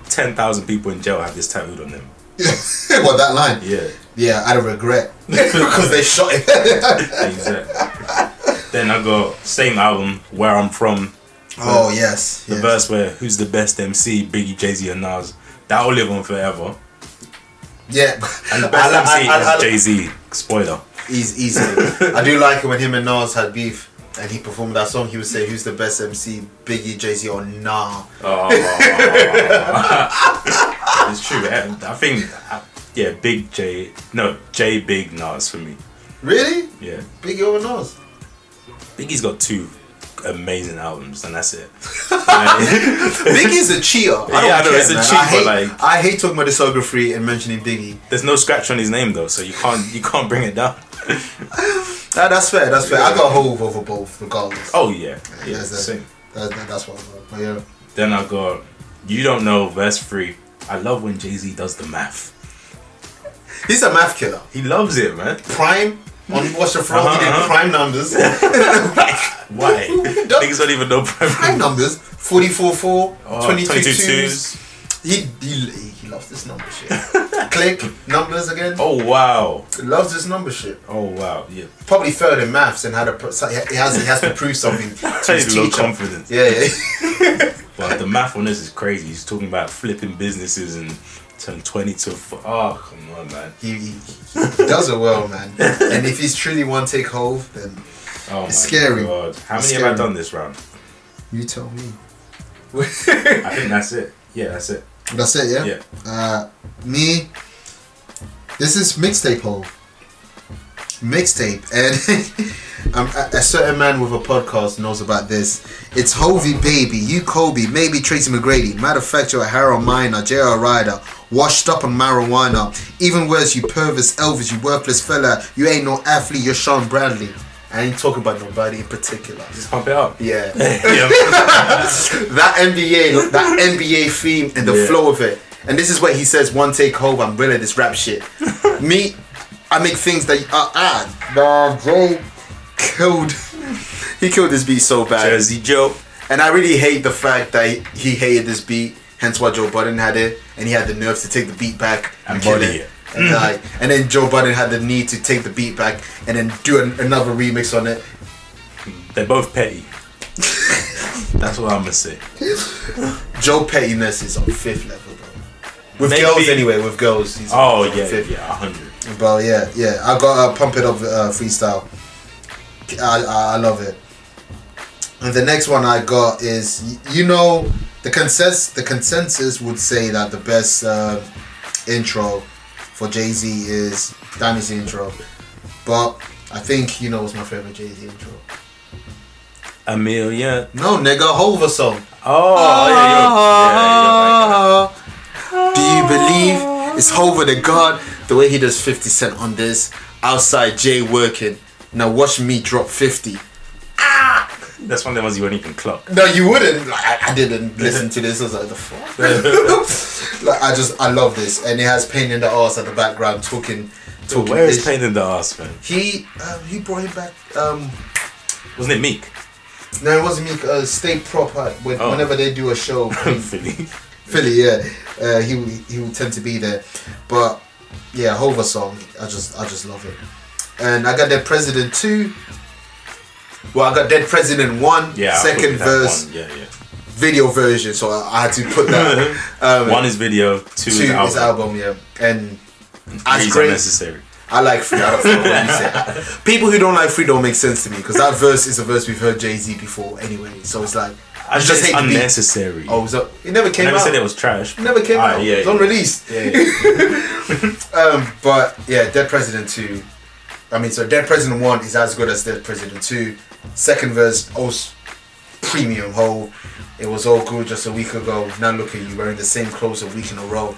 B: ten thousand people in jail have this tattooed on them.
A: [laughs] what that line?
B: Yeah,
A: Yeah, out of regret [laughs] because they shot
B: [laughs]
A: it.
B: exactly. then I got same album, Where I'm From.
A: oh yes,
B: The
A: yes.
B: verse where Who's the best MC, Biggie, Jay Z, and Nas. That will live on forever.
A: Yeah,
B: And the best
A: I- I-
B: MC
A: I- I-
B: is Jay Z. Spoiler.
A: Eas- easily. I do like it when him and Nas had beef. And he performed that song. He would say, "Who's the best MC? Biggie, Jay Z, or Nah?"
B: Oh. it's true. I I think, I- yeah, Big J. No, J Big Nas for me.
A: Really?
B: Yeah.
A: Biggie over Nas?
B: Biggie's got two amazing albums, and
A: [laughs]
B: that's it. Like,
A: Biggie's a cheater. I don't
B: Yeah, I know,
A: care,
B: it's a
A: man.
B: cheat,
A: I hate,
B: but, like-
A: I hate talking about discography and mentioning Biggie.
B: there's no scratch on his name though, so you can't you can't bring it down.
A: Nah, that's fair. That's fair. I got Hove over both, regardless.
B: Oh yeah, yeah,
A: That's it.
B: same.
A: That, that- that's what I got. But yeah,
B: Then I got you don't know verse three. I love when Jay Z does the math.
A: he's a math killer.
B: He loves it, man.
A: Prime on Watch the Front, he did
B: Uh-huh, uh-huh.
A: prime numbers.
B: Why? Niggas don't
A: [laughs]
B: even know.
A: prime numbers. 44 4,
B: Oh,
A: 22
B: 22
A: twos.
B: twos.
A: He, he, he loves this number shit. [laughs] Click, numbers again.
B: Oh wow!
A: Loves this number shit.
B: Oh wow! Yeah,
A: Probably third in maths and had a pro- so he has he has to prove
B: [laughs]
A: something to his
B: He's low
A: teacher.
B: confidence.
A: Yeah, yeah.
B: But the math on this is crazy. He's talking about flipping businesses and turn twenty to. F- oh come on, man!
A: He, he, he does it well,
B: [laughs]
A: man. And if he's truly one take hold, then
B: Oh my
A: It's scary.
B: god! How
A: It's
B: many have
A: scary.
B: I done this round?
A: you tell me.
B: I think that's it. Yeah, that's it.
A: That's it, yeah?
B: Yeah.
A: Uh, me, this is mixtape hole. Mixtape. And [laughs] um, a, a certain man with a podcast knows about this. It's Hovey Baby, you Kobe, maybe Tracy McGrady. Matter of fact, you're a Harold Miner, J.R. Ryder. Washed up on marijuana. Even worse, you perverse Elvis, you worthless fella. You ain't no athlete, you're Sean Bradley. I ain't talking about nobody in particular.
B: Just pump it up.
A: Yeah.
B: [laughs]
A: [laughs]
B: yeah.
A: that NBA, that NBA theme and the
B: Yeah.
A: flow of it. And this is where he says, "One take home, I'm real at this rap shit." Me, I make things that are ah, nah, Jay killed. [laughs] He killed this beat so bad,
B: Jersey Joe.
A: and I really hate the fact that he hated this beat Hence why Joe Budden had it, and he had the nerves to take the beat back
B: And
A: kill
B: body it.
A: And, like, and then Joe Budden had the need to take the beat back and then do an, another remix on it.
B: They're both petty. [laughs] That's what I'm gonna say.
A: Joe Pettiness is on fifth level, bro. With
B: Maybe-
A: girls anyway, with girls. He's
B: Oh
A: he's on
B: yeah,
A: fifth.
B: yeah, hundred.
A: But yeah, yeah, I got a pump it up uh, freestyle. I, I I love it. And the next one I got is y- you know the consensus the consensus would say that the best uh, intro for Jay Z is Dynasty intro, but I think you know what's my favorite Jay Z intro.
B: Amelia.
A: No, nigga, Hova song.
B: Oh, yeah, yeah, yeah, yeah, yeah,
A: Do you believe it's Hova the God? The way he does 50 Cent on this, outside Jay working. Now watch me drop 50.
B: yeah. That's one of the ones you won't even clock.
A: No, you wouldn't. Like, I, I didn't listen to this. I was like, the fuck? [laughs] like, I just, I love this. And it has Pain in the Ass at the background talking. talking
B: Where is
A: ish.
B: Pain in the Ass, man?
A: He, um, he brought him back. Um,
B: Wasn't
A: [laughs]
B: it Meek?
A: no, it wasn't me. Uh, Stay proper. When,
B: Oh.
A: Whenever they do a
B: [laughs]
A: show,
B: Philly.
A: Philly, yeah, uh, he will- he will tend to be there, but yeah, Hova song, I just I just love it, and I got Dead President two. Well, I got Dead President one,
B: Yeah. I
A: second
B: thought that
A: verse,
B: One. Yeah, yeah.
A: video version, so I, I had to put [laughs] that.
B: [laughs]
A: um,
B: One is video.
A: two
B: Two, is album.
A: is album, yeah, and that's
B: Three's
A: great.
B: unnecessary.
A: I like free. I don't know what you
B: [laughs]
A: say. People who don't like free don't make sense to me because that verse is a verse we've heard Jay Z before anyway, so it's like
B: I
A: you
B: just hate
A: the beat.
B: unnecessary.
A: Oh, so it never
B: I
A: came
B: never
A: out.
B: said it was trash.
A: It never came
B: Ah,
A: out.
B: Yeah,
A: it's
B: yeah.
A: unreleased.
B: Yeah,
A: [laughs]
B: yeah.
A: Um, but yeah, Dead President Two. I mean, so Dead President One is as good as Dead President Two. Second verse, also premium whole. It was all good just a week ago. Now look at you wearing the same clothes a week in a row.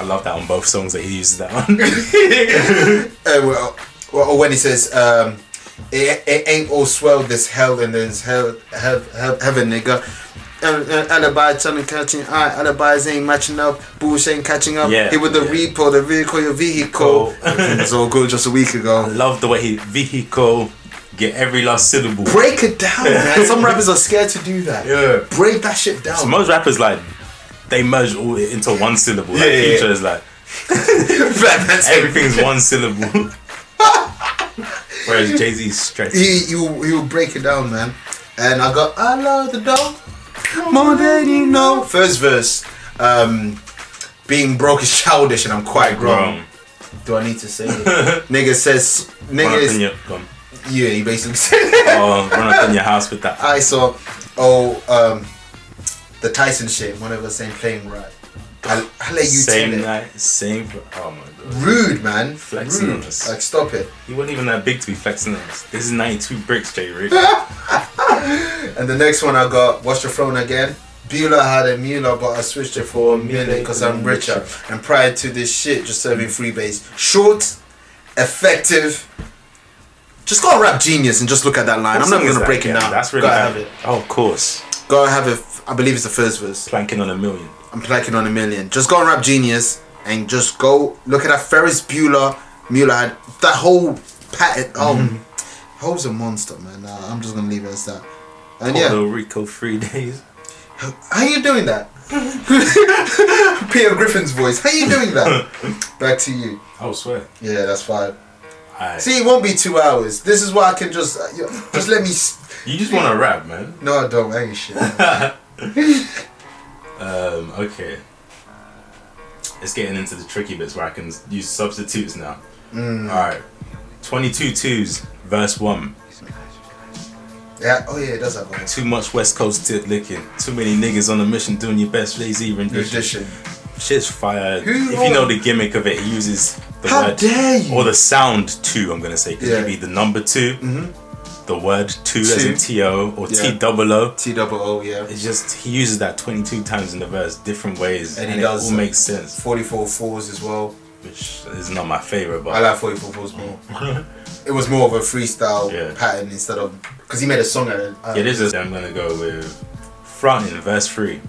B: I love that on both songs that he uses
A: [laughs]
B: that one. [laughs]
A: Uh, well, or, or when he says, um, it, "It ain't all swell this hell and there's hell, hell, hell heaven, nigga." Uh, uh, alibi trying catching eye, alibis ain't matching up, bush ain't catching up.
B: Yeah,
A: Here with the
B: yeah.
A: repo, the vehicle, your vehicle.
B: Cool.
A: [laughs] Everything was all good just a week ago.
B: I love the way he vehicle get every last syllable.
A: Break it down, man. Some rappers are scared to do that.
B: Yeah.
A: Break that shit
B: So
A: down. [laughs]
B: most rappers like they merge all it into one syllable. Like
A: Yeah, yeah,
B: Future
A: yeah.
B: is like
A: Black man's
B: everything's
A: [laughs]
B: one syllable. Whereas Jay Z stretches.
A: He, he, will, he will break it down, man. And I go, I love the dog more than you know. First verse, um, being broke is childish and I'm quite grown.
B: Wrong.
A: Do I need to say it?
B: [laughs]
A: nigga says, nigga
B: Run up
A: is,
B: in your gone.
A: yeah, he basically [laughs] said,
B: Oh, run up in your house with that.
A: I saw, oh, um, the Tyson shit, one of us ain't playing right. I, I let you tell
B: Same
A: it.
B: night, same. Oh my god.
A: Rude, man.
B: Flexing
A: Rude.
B: on us.
A: Like, stop it.
B: He wasn't even that big to be flexing on us. This is 92 bricks, J
A: [laughs]
B: Rick.
A: And the next one I got, Watch the Throne again. Bueller had a Mueller, but I switched it for a Mueller because I'm richer. And prior to this shit, just serving freebase. Short, effective. Just go on Rap Genius and just look at that line. I'm not even gonna break it down.
B: That's really
A: Gotta have
B: bad.
A: it.
B: Oh, of course.
A: Gotta have it. f- I believe it's the first verse.
B: Planking on a million.
A: I'm placking on a million. Just go on Rap Genius and just go look at that Ferris Bueller. Mueller had that whole pattern.
B: Mm-hmm.
A: Um, Hope's a monster, man. Uh, I'm just gonna leave it as that. And yeah.
B: Puerto Rico three days.
A: How you doing
B: [laughs]
A: that? Peter Griffin's voice. How you doing
B: [laughs]
A: that? Back to you.
B: Oh, swear.
A: Yeah, that's fine.
B: Alright.
A: See, it won't be two hours. This is why I can just uh, you- just let me. s
B: you just want to rap, man.
A: no, I don't. I ain't
B: [laughs]
A: shit.
B: Um, okay. It's getting into the tricky bits where I can use substitutes now.
A: Mm.
B: Alright. 22 twos, verse 1.
A: Yeah. Oh yeah, it does have one.
B: Too much West Coast tit licking. Too many niggas on a mission doing your best lazy rendition.
A: Tradition.
B: Shit's fire.
A: Who
B: if you know
A: wrote-
B: the gimmick of it, he uses the
A: How
B: word.
A: dare you?
B: Or the sound two, I'm going to say. Because
A: Yeah. Mm-hmm.
B: it'd be the number 2 the word two, as in
A: Two.
B: T-O or
A: Yeah.
B: T double O.
A: T double O. Yeah.
B: It's just he uses that 22 times in the verse, different ways,
A: And
B: and,
A: he
B: it
A: does
B: all
A: some-
B: makes sense.
A: 44 fours as well.
B: Which is not my favorite,
A: I
B: but
A: like 44 fours
B: [laughs]
A: more. it was more of a freestyle
B: Yeah.
A: pattern instead of because he made a song. And I,
B: it is. I'm gonna go with front in verse three.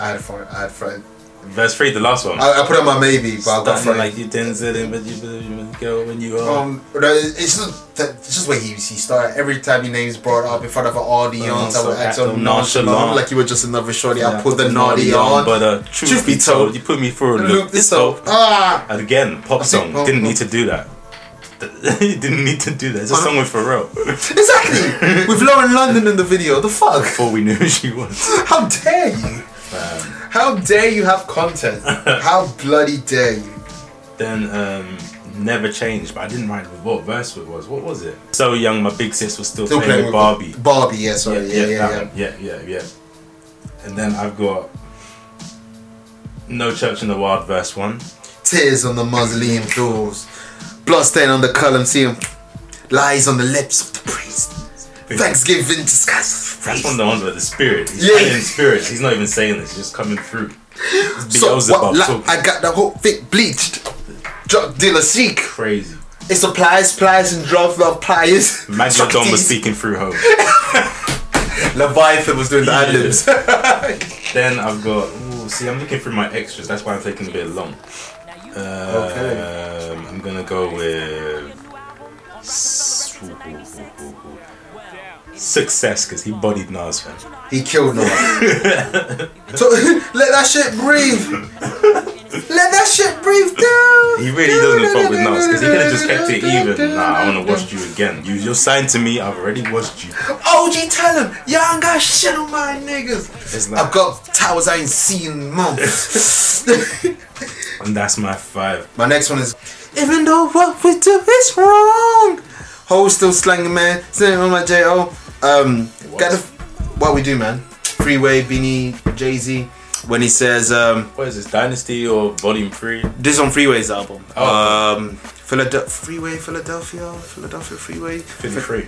A: I had front. I had front.
B: Verse three, the last one.
A: I, I put on my maybe, but I got
B: Starting
A: thrown.
B: like you Denzel and but you but you girl when you are.
A: Um, no, it's it's just that- it's just where he he started. Every time your name's brought up in front of an audience, I
B: Oh, so
A: would act
B: act
A: so
B: on
A: nonchalant,
B: nonchalant.
A: like you were just another shorty. I
B: Yeah,
A: put the naughty on. [laughs]
B: But uh, truth, be told, you put me through a loop. This
A: up.
B: up.
A: Ah,
B: And again, pop song.
A: pop-
B: Didn't
A: pop.
B: need to do that. [laughs] You didn't need to do that. It's a song with Pharrell. [laughs]
A: exactly. With Lauren London in the video, the fuck?
B: Before we knew who she was.
A: How dare you?
B: Um,
A: How dare you have
B: [laughs]
A: content? How bloody dare you?
B: then um, never changed, but I didn't mind what verse it was. What was it? So young, my big sis was still,
A: Still
B: playing, with Barbie.
A: Barbie, yeah, sorry, yeah, yeah, yeah.
B: that one. yeah, yeah, yeah. And then I've got No Church in the Wild, verse one.
A: Tears on the mausoleum doors, bloodstain on the colosseum, lies on the lips of the priest. Thanksgiving to skies.
B: That's one of the ones with the spirit. He's
A: Yeah.
B: yeah. in spirit. He's not even saying this. He's just coming through. It's
A: So what,
B: Beelzebub
A: la-
B: talking.
A: I got the whole thing bleached. Drug dealer seek.
B: Crazy.
A: It supplies pliers and drug love pliers.
B: Magna
A: Chuck
B: Don was
A: D's.
B: speaking through
A: [laughs]
B: hope.
A: Leviathan was doing the
B: Yeah.
A: ad-libs. [laughs]
B: then I've got. Ooh, see, I'm looking through my extras. That's why I'm taking a bit long. Um,
A: Okay.
B: I'm gonna go with s- ooh, ooh, ooh, ooh, ooh. success because he bodied Nas. Man.
A: he killed no
B: [laughs]
A: one. so, [laughs] let that shit breathe. Let that shit breathe down.
B: He really doesn't fuck with Nas because he could have just kept it even. Nah, I wanna watch you again. You, you're signed to me. I've already watched you.
A: OG tell him, y'all ain't got shit on my niggas.
B: It's
A: I've
B: like,
A: got towers I ain't seen in months.
B: and that's my five.
A: [laughs] My next one is Even though what we do is wrong. Ho still slanging man, sitting on my J.O. Um
B: What?
A: got the what we do man. Freeway, Beanie, Jay-Z. When he says, um,
B: What is this? Dynasty or Volume Three?
A: this is on Freeway's album.
B: Oh.
A: Um Philadelphia Freeway, Philadelphia, Philadelphia Freeway.
B: Fifty Three.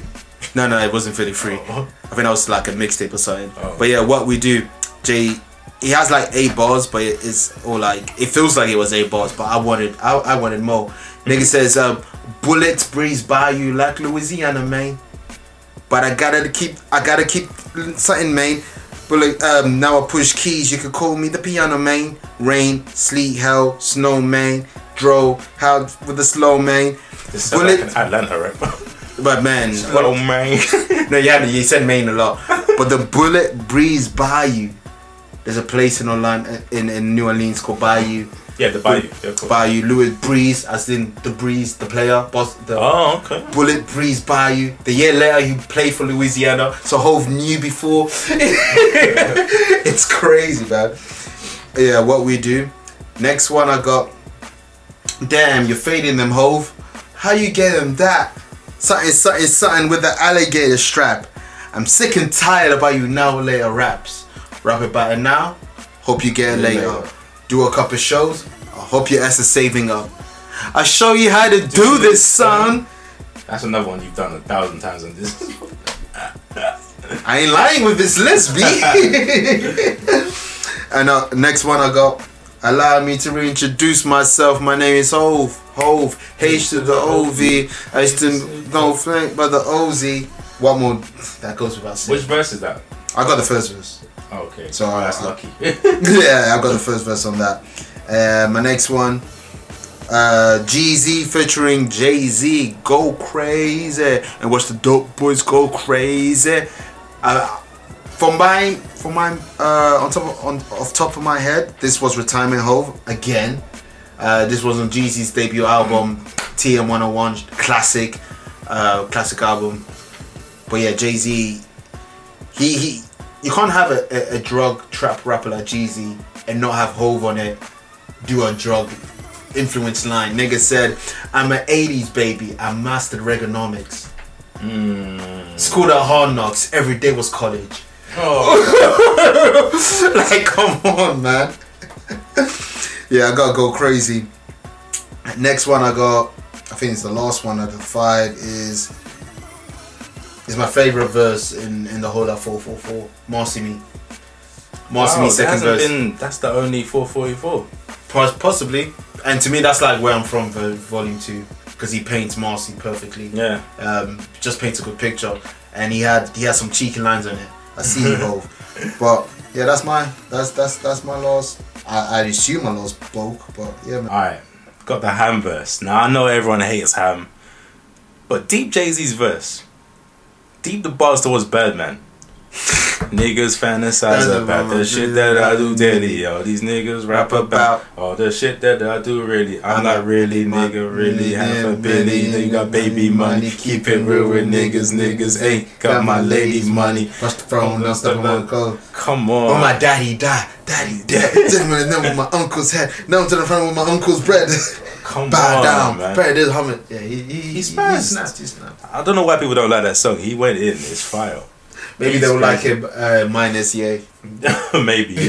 A: No, no, it wasn't Philly Free.
B: Oh.
A: I think that was like a mixtape or something.
B: Oh.
A: But yeah, what we do, Jay, he has like eight bars, but it- it's all like it feels like it was eight bars, but I wanted, I, I wanted more.
B: Mm-hmm.
A: Nigga says, um, bullets breeze by you like Louisiana, man. But I gotta keep, I gotta keep something, man. Bullet, um, now I push keys. You could call me the piano man. Rain, sleet, hell, snow, man. Dro, how with the slow, man.
B: This sounds like
A: Bullet,
B: an Atlanta [laughs] rapper.
A: but man,
B: Hello, man.
A: no, you had you said Maine a lot, but the bullet breeze by you. There's a place in Orlando, in, in New Orleans called Bayou.
B: yeah, the Bayou. Yeah, cool.
A: Bayou, Louis Breeze, as in the breeze, the player, boss, the
B: Oh, okay.
A: bullet breeze by you. The year later, you play for Louisiana, so Hove knew before. [laughs] it's crazy, man. Yeah, what we do. Next one I got. Damn, you're fading them, Hove. How you get them that? Something, something, something with the alligator strap. I'm sick and tired about you now later raps. Rap about it now. Hope you get it later.
B: Later.
A: Do a couple shows. I hope your ass is saving up. I show you how to do, this,
B: this,
A: son.
B: son. That's another one you've done a thousand times on this.
A: I ain't lying with this list, B. [laughs] and uh, next one I got. Allow me to reintroduce myself. My name is Hove. Hove. H to the O V. I used to no flank by the O Z. One more. That goes without saying.
B: Which verse is that?
A: I got the first verse.
B: Oh, okay.
A: So, uh, alright,
B: that's
A: so-
B: lucky. [laughs]
A: [laughs] yeah, I got the first verse on that. Uh, my next one. Uh, GZ featuring Jay Z, go crazy and watch the dope boys go crazy. Uh, from my from my uh, on top of, on off top of my head, this was Retirement Hove again. Uh, this was on GZ's debut album, TM101, classic, uh, classic album. But yeah, Jay Z, he he, you can't have a, a, a drug trap rapper like Jeezy and not have Hove on it. Do a drug influence line. Nigga said, "I'm an '80s baby. I mastered Reaganomics.
B: Hmm.
A: School at hard knocks. Every day was college."
B: Oh,
A: [laughs] like, come on, man. yeah, I gotta go crazy. Next one I got, I think it's the last one of the five is is my favorite verse in in the whole of four four four. Marcy me, Marcy
B: wow,
A: me
B: there
A: second
B: hasn't
A: verse,
B: been. That's the only 444.
A: Pos- possibly. And to me, that's like where I'm from for volume two because he paints Marcy perfectly
B: Yeah.
A: um, just paints a good picture, and he had he had
B: [laughs]
A: some cheeky lines on it. I see you both, but yeah, that's my that's that's that's my last I, I assume I lost bulk, but yeah, man.
B: All right, got the ham verse. Now I know everyone hates ham, but deep Jay Z's verse, deep the bars towards Birdman. [laughs] niggas fantasize
A: That's
B: about
A: what I
B: the shit
A: do.
B: that I do daily. Yo, these niggas rap about all the shit that I do really. I'm not really nigga, really half a billy. They got baby money, keep it real with niggas. Niggas ain't got my lady's money.
A: Bust the phone, don't stop on one call.
B: Come
A: When
B: on.
A: my daddy died, daddy
B: [laughs]
A: dead. Then when then with my uncle's head, now I'm to the front with my uncle's
B: [laughs]
A: bread.
B: Come
A: Bow
B: on,
A: down,
B: Oh, man.
A: bread is humming. Yeah, he, he,
B: He's fast.
A: he's not.
B: I don't know why people don't like that song. He went in. It's fire.
A: Maybe
B: He's
A: they'll like
B: crazy.
A: him uh, minus yeah.
B: [laughs] Maybe.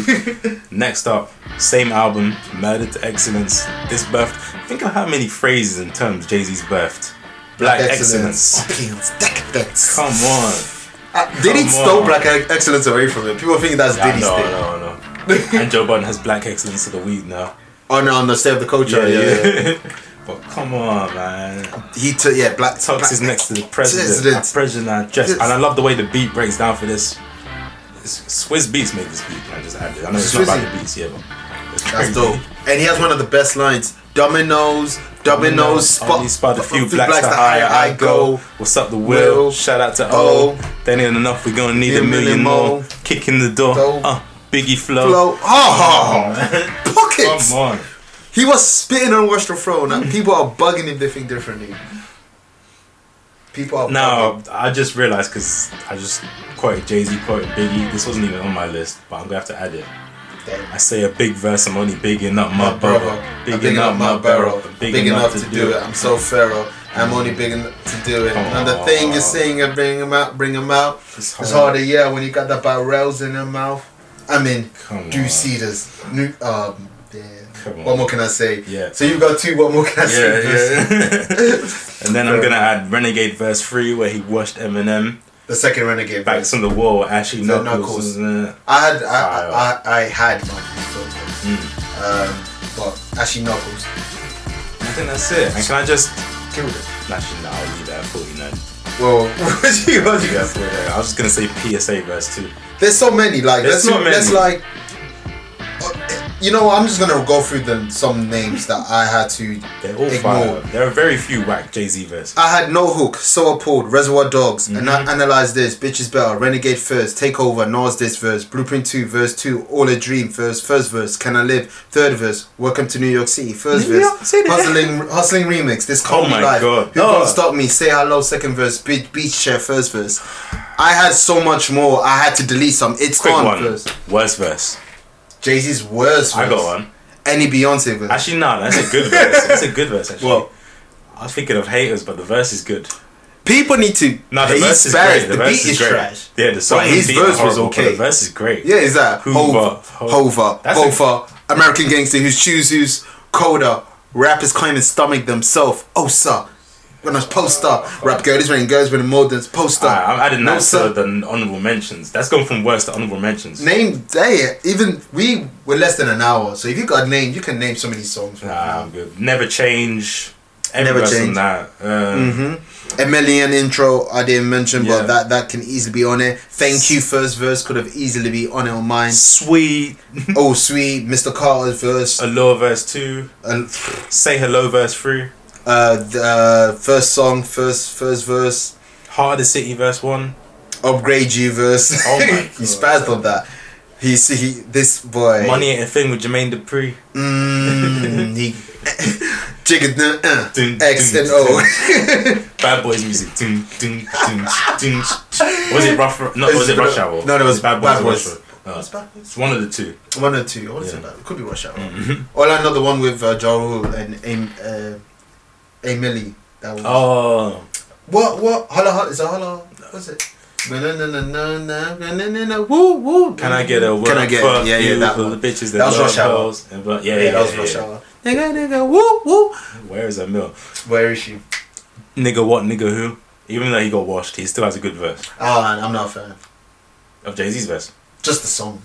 B: Next up, same album, Murder to Excellence. This birthed. Think of how many phrases and terms Jay Z's birthed. Black excellence.
A: Opulence, decadence.
B: Come on.
A: Uh, Diddy
B: Come
A: stole
B: on.
A: black ex- excellence away from him. People think that's
B: Yeah,
A: Diddy's
B: no,
A: thing.
B: no, no. and Joe Budden has Black Excellence of the Week now.
A: On on Oh, the state of the culture. Yeah, yeah.
B: [laughs] but come on, man.
A: He took yeah black.
B: Tux
A: black
B: is next to the president.
A: President.
B: The president I dress. And I love the way the beat breaks down for this. It's- Swizz Beats made this beat, man. Just added. I know it's not about
A: Swizzy.
B: the beats, yeah, but. it's
A: That's
B: crazy.
A: dope. And he has one of the best lines. Dominoes, dominoes, spot,
B: Only spot a few blacks,
A: the
B: the higher I go. What's up, the will?
A: Will.
B: Shout out to
A: Oh.
B: O. Then ain't enough, we gonna need
A: Need
B: a million more. Kick in the door.
A: Dough.
B: Uh, Biggie Flow.
A: Blow.
B: [laughs]
A: Oh, pockets.
B: Come on.
A: He was spitting on Western Throne. and people are bugging him. They think differently. People are
B: Now, I just realized because I just quoted Jay Z, quoted Biggie. This wasn't even on my list, but I'm gonna have to add it.
A: bugging.
B: I say a big verse, I'm only bigging up my,
A: my brother.
B: brother.
A: I'm big enough my barrel. I'm Big, enough, to do it. I'm so feral. I'm only big enough to do it. And the thing you
B: Aw.
A: sing and bring 'em out, bring 'em out.
B: It's
A: It's
B: hard.
A: harder, yeah, when you got the barrels in your mouth. I mean,
B: Come
A: do
B: on.
A: cedars. New, um, yeah.
B: Come on.
A: What more can I say?
B: Yeah.
A: So you've got two. What more can I
B: Yeah,
A: [laughs] say?
B: [laughs] yeah. and then I'm
A: Fair
B: gonna add Renegade verse three, where he washed Eminem.
A: [laughs] The second renegade.
B: Backs on the wall, Ashley
A: The
B: Knuckles.
A: Knuckles.
B: wasn't it?
A: I had I, I, I, I had my
B: Hmm.
A: mm. um, but actually Knuckles
B: I think that's it. And can I just?
A: killed it.
B: Actually, no, I'll leave that at 49.
A: Well, [laughs] what you what you
B: Yeah,
A: guys?
B: 49. I was just gonna say PSA verse two.
A: There's so many. Like there's,
B: There's so many.
A: there's like. uh, You know, I'm just gonna go through the some names that I had to
B: They're all
A: ignore.
B: fire. There are very few whack Jay Z verses.
A: I had no hook, so appalled, reservoir dogs,
B: Mm-hmm.
A: and I analyzed this, bitches better, renegade first, takeover, Nas this verse, blueprint two, verse two, all a dream, first, first verse, can I live, third verse, welcome to New York City, first
B: New
A: verse,
B: York City.
A: hustling, hustling remix, this
B: Oh
A: can't be
B: my
A: life,
B: God. Oh.
A: who
B: No.
A: can't stop me, say hello, second verse, beach, beach chair, first verse. I had so much more, I had to delete some, it's
B: Quick
A: on
B: one.
A: first.
B: Worst verse.
A: Jay Z's worst
B: I
A: verse.
B: got one.
A: Any Beyonce verse.
B: Actually, no, that's a good
A: [laughs]
B: verse. That's a good verse. Actually.
A: What?
B: I was thinking of haters, but the verse is good.
A: People need to.
B: No, the
A: He's
B: verse is
A: bad,
B: great. The,
A: The,
B: verse
A: beat is
B: great.
A: trash.
B: Yeah, the song
A: But
B: and
A: his
B: beat
A: verse
B: is
A: was
B: horrible, but
A: okay.
B: The verse is great.
A: Yeah, is that
B: Hoover.
A: Hova,
B: Ho-
A: Hova,
B: That's a-
A: Bofa, American Gangster who's choose who's coda. Rappers claiming stomach themselves. Oh, sir. When I was poster, rap girl is wearing girls with moderns. Poster.
B: Alright, I'm adding
A: no,
B: that
A: sir.
B: to the honorable mentions. That's gone from worst to honorable mentions.
A: Name day. Even we were less than an hour, so if you got a name, you can name so many songs. Right
B: Nah, I'm good. Uh, Never change. Every
A: Never
B: verse on
A: Change. Mm-hmm.
B: That. Um,
A: now. A million intro I didn't mention,
B: Yeah.
A: but that that can easily be on it. Thank you first verse could have easily be on it on mine.
B: Sweet.
A: oh sweet, Mr. Carter's verse.
B: Allure verse two.
A: Uh,
B: Say hello verse three.
A: uh, the uh, first song, first first verse.
B: Heart of the City verse one.
A: upgrade you verse. [laughs]
B: Oh my
A: he spazzed on that. He see he, this boy.
B: Money ain't a thing with Jermaine Dupri.
A: Mm,
B: [laughs]
A: he chicken uh, uh,
B: Dun,
A: X
B: dun,
A: and O.
B: Bad Boys music. Dun, dun, dun, dun, was it Rough? No,
A: It's
B: was it Rush
A: Bra-
B: Hour?
A: no, no, it was
B: Bad Boys.
A: Bad
B: or Rush
A: Boys.
B: Hour? No, Oh, it's- it's one of the two.
A: One or two. I want to
B: Yeah. Mm-hmm.
A: say that. It could be Rush Hour. Or another one with uh, Ja Rule and Aim uh, Amelie. That was.
B: Oh,
A: What what holla holla is that holla? What's it? Woo, woo.
B: can I get a word?
A: Can I get?
B: fuck
A: Yeah, yeah,
B: you
A: that
B: for
A: one.
B: the bitches that,
A: That was
B: love
A: Rush Hour.
B: hoes and blah- yeah, yeah,
A: Yeah, that was
B: yeah,
A: Rush
B: yeah.
A: Hour. Nigga, nigga, woo, woo.
B: Where is that mill?
A: Where is she?
B: Nigga what? Nigga who? Even though he got washed, he still has a good verse
A: Oh, man, I'm not a fan.
B: of Jay Z's verse.
A: Just the song.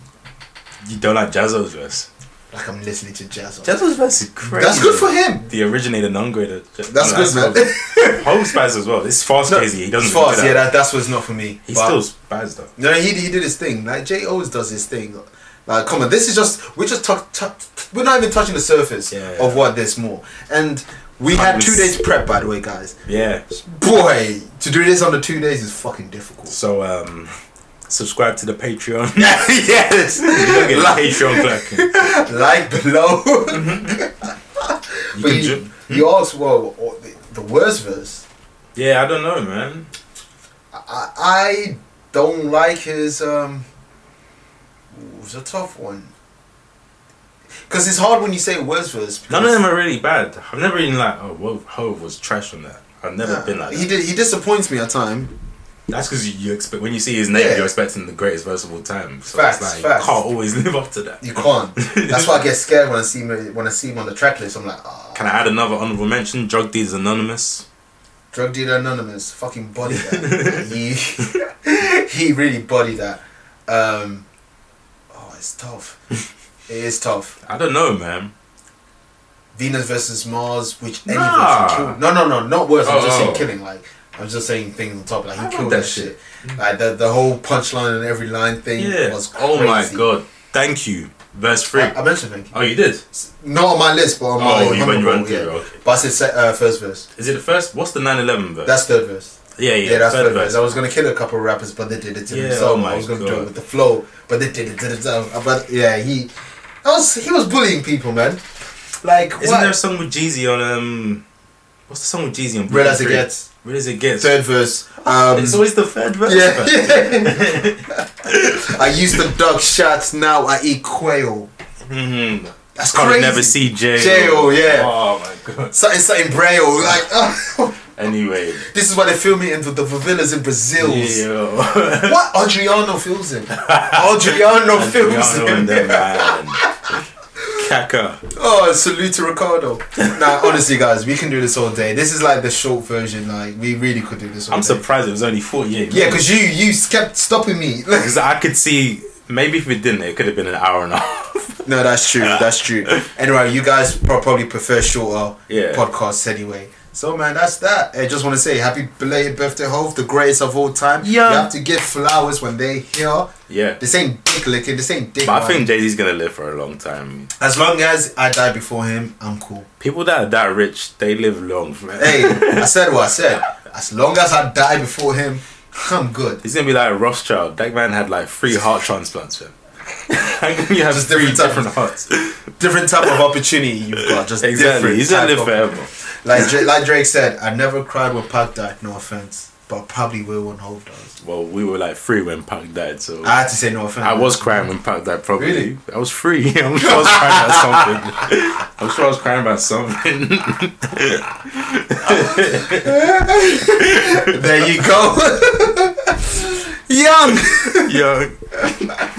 B: You don't like Jazzo's verse.
A: Like I'm listening to jazz.
B: Jazzo's verse is crazy.
A: That's good for him.
B: The originator, non-grader.
A: That's good, man. [laughs]
B: Whole spaz as well. It's fast, Jay Z. He doesn't.
A: It's fast,
B: do that.
A: yeah. That, that's what's not for me.
B: He
A: But-
B: still spaz though.
A: no, he he did his thing. Like Jay always does his thing. Like, come on, this is just we're just tuck, tuck, we're not even touching the surface
B: Yeah,
A: of
B: yeah.
A: what there's more. And we
B: I
A: had
B: was-
A: two days prep, by the way, guys.
B: Yeah.
A: Boy, to do this under two days is fucking difficult.
B: So um, subscribe to the Patreon.
A: [laughs]
B: [laughs]
A: yes,
B: you don't get a
A: like,
B: Patreon
A: [laughs] like below.
B: clerk.
A: [laughs]
B: You
A: but
B: can
A: you,
B: ju-
A: you asked, well, or the, the worst verse.
B: yeah, I don't know, man.
A: I, I don't like his. Um, it was a tough one. Because it's hard when you say words for this.
B: None of them are really bad. I've never been like, oh, Wo- Hove was trash on that. I've never been like
A: he
B: that.
A: did. He disappoints me at time.
B: That's because you, you expect when you see his name,
A: Yeah.
B: you're expecting the greatest verse of all time. So
A: Facts,
B: it's like
A: facts.
B: you can't always [laughs] live up to that.
A: You
B: [laughs]
A: can't. That's why I get scared when I see him. When I see him on the track list, I'm like, ah.
B: Can I add another honorable mention? Drug Deeds Anonymous.
A: Drug dealer anonymous, fucking body that.
B: [laughs]
A: he, [laughs] he really body that. Um, oh, it's
B: [laughs]
A: tough. It is tough.
B: I don't know, man.
A: Venus versus Mars, which any
B: Nah.
A: version killed. No, no, no, not worse. I'm
B: Oh,
A: just saying
B: oh.
A: killing. Like I'm just saying things on top. Like he
B: I want
A: killed
B: that
A: that shit. Like the the whole punchline and every line thing
B: Yeah.
A: was crazy.
B: Oh my god. Thank you. Verse three.
A: I, I mentioned thank you.
B: oh, you did.
A: Not on my list, but on uh, my
B: Oh, you went
A: honorable,
B: run through.
A: yeah.
B: Okay.
A: But I said se- uh, first verse.
B: Is it the first? What's the 9/11 verse?
A: That's third verse.
B: yeah, yeah.
A: Yeah, that's
B: third
A: third
B: verse.
A: verse. I was gonna kill a couple of rappers, but they did it to
B: Yeah, oh
A: themselves.
B: my
A: I was gonna do
B: God.
A: it with the flow, but they did it to themselves. Uh, But yeah, he, that was he was bullying people, man. Like
B: Isn't
A: what?
B: there a song with Jeezy on um? What's the song with Jeezy on?
A: Red as it
B: Blink-182?
A: gets.
B: Red as it gets.
A: Third verse. Um,
B: Ah,
A: [laughs]
B: it's always the third verse.
A: Yeah.
B: [laughs] man.
A: I used to duck shots, now I eat quail.
B: Mhm.
A: That's
B: Can't
A: crazy.
B: never see jail.
A: Jail, yeah.
B: Oh my god.
A: Something, something braille. Like, [laughs]
B: Anyway.
A: this is why they film it in the, the favelas in Brazil.
B: Yo. [laughs]
A: What? Adriano films it. Adriano films
B: Rihanna and them,
A: it.
B: man. Kaka.
A: Oh, salute to
B: [laughs]
A: Ricardo. nah, honestly, guys, we can do this all day. This is like the short version. Like, we really could do this all
B: I'm
A: day.
B: surprised it was only 48.
A: Yeah,
B: minutes.
A: because you you kept stopping me. [laughs]
B: Because I could see, maybe if we didn't, it could have been an hour and a [laughs] half.
A: No, that's true. That's true. Anyway, you guys pro- probably prefer shorter
B: Yeah.
A: podcasts anyway. So man, that's that. I just want to say happy belated birthday, Hove, the greatest of all time.
B: Yeah.
A: You have to give flowers when they here.
B: yeah.
A: This ain't dick licking. This ain't dick.
B: But I
A: riding.
B: think Jay Z's gonna live for a long time.
A: as long as I die before him, I'm cool.
B: People that are that rich, they live long, man.
A: Hey, I said what I
B: [laughs]
A: said. As long as I die before him, I'm good.
B: He's gonna be like Rothschild. That man had like three heart transplants, man. [laughs] How can you have
A: Just
B: three
A: different type of-
B: different hearts?
A: Different type of opportunity you've got. Just
B: Exactly.
A: different
B: He's gonna
A: type
B: live
A: of-
B: forever.
A: Like Dra- like Drake said, I never cried when Pac died. No offense, but probably will when Hove does.
B: Well, we were like free when Pac died, so
A: I had to say no offense.
B: I was crying when Pac died. Probably
A: Really?
B: I was free. [laughs] I'm sure I was crying about something. [laughs] I'm sure I was crying about something.
A: There you go. [laughs] Young.
B: [laughs] Yo,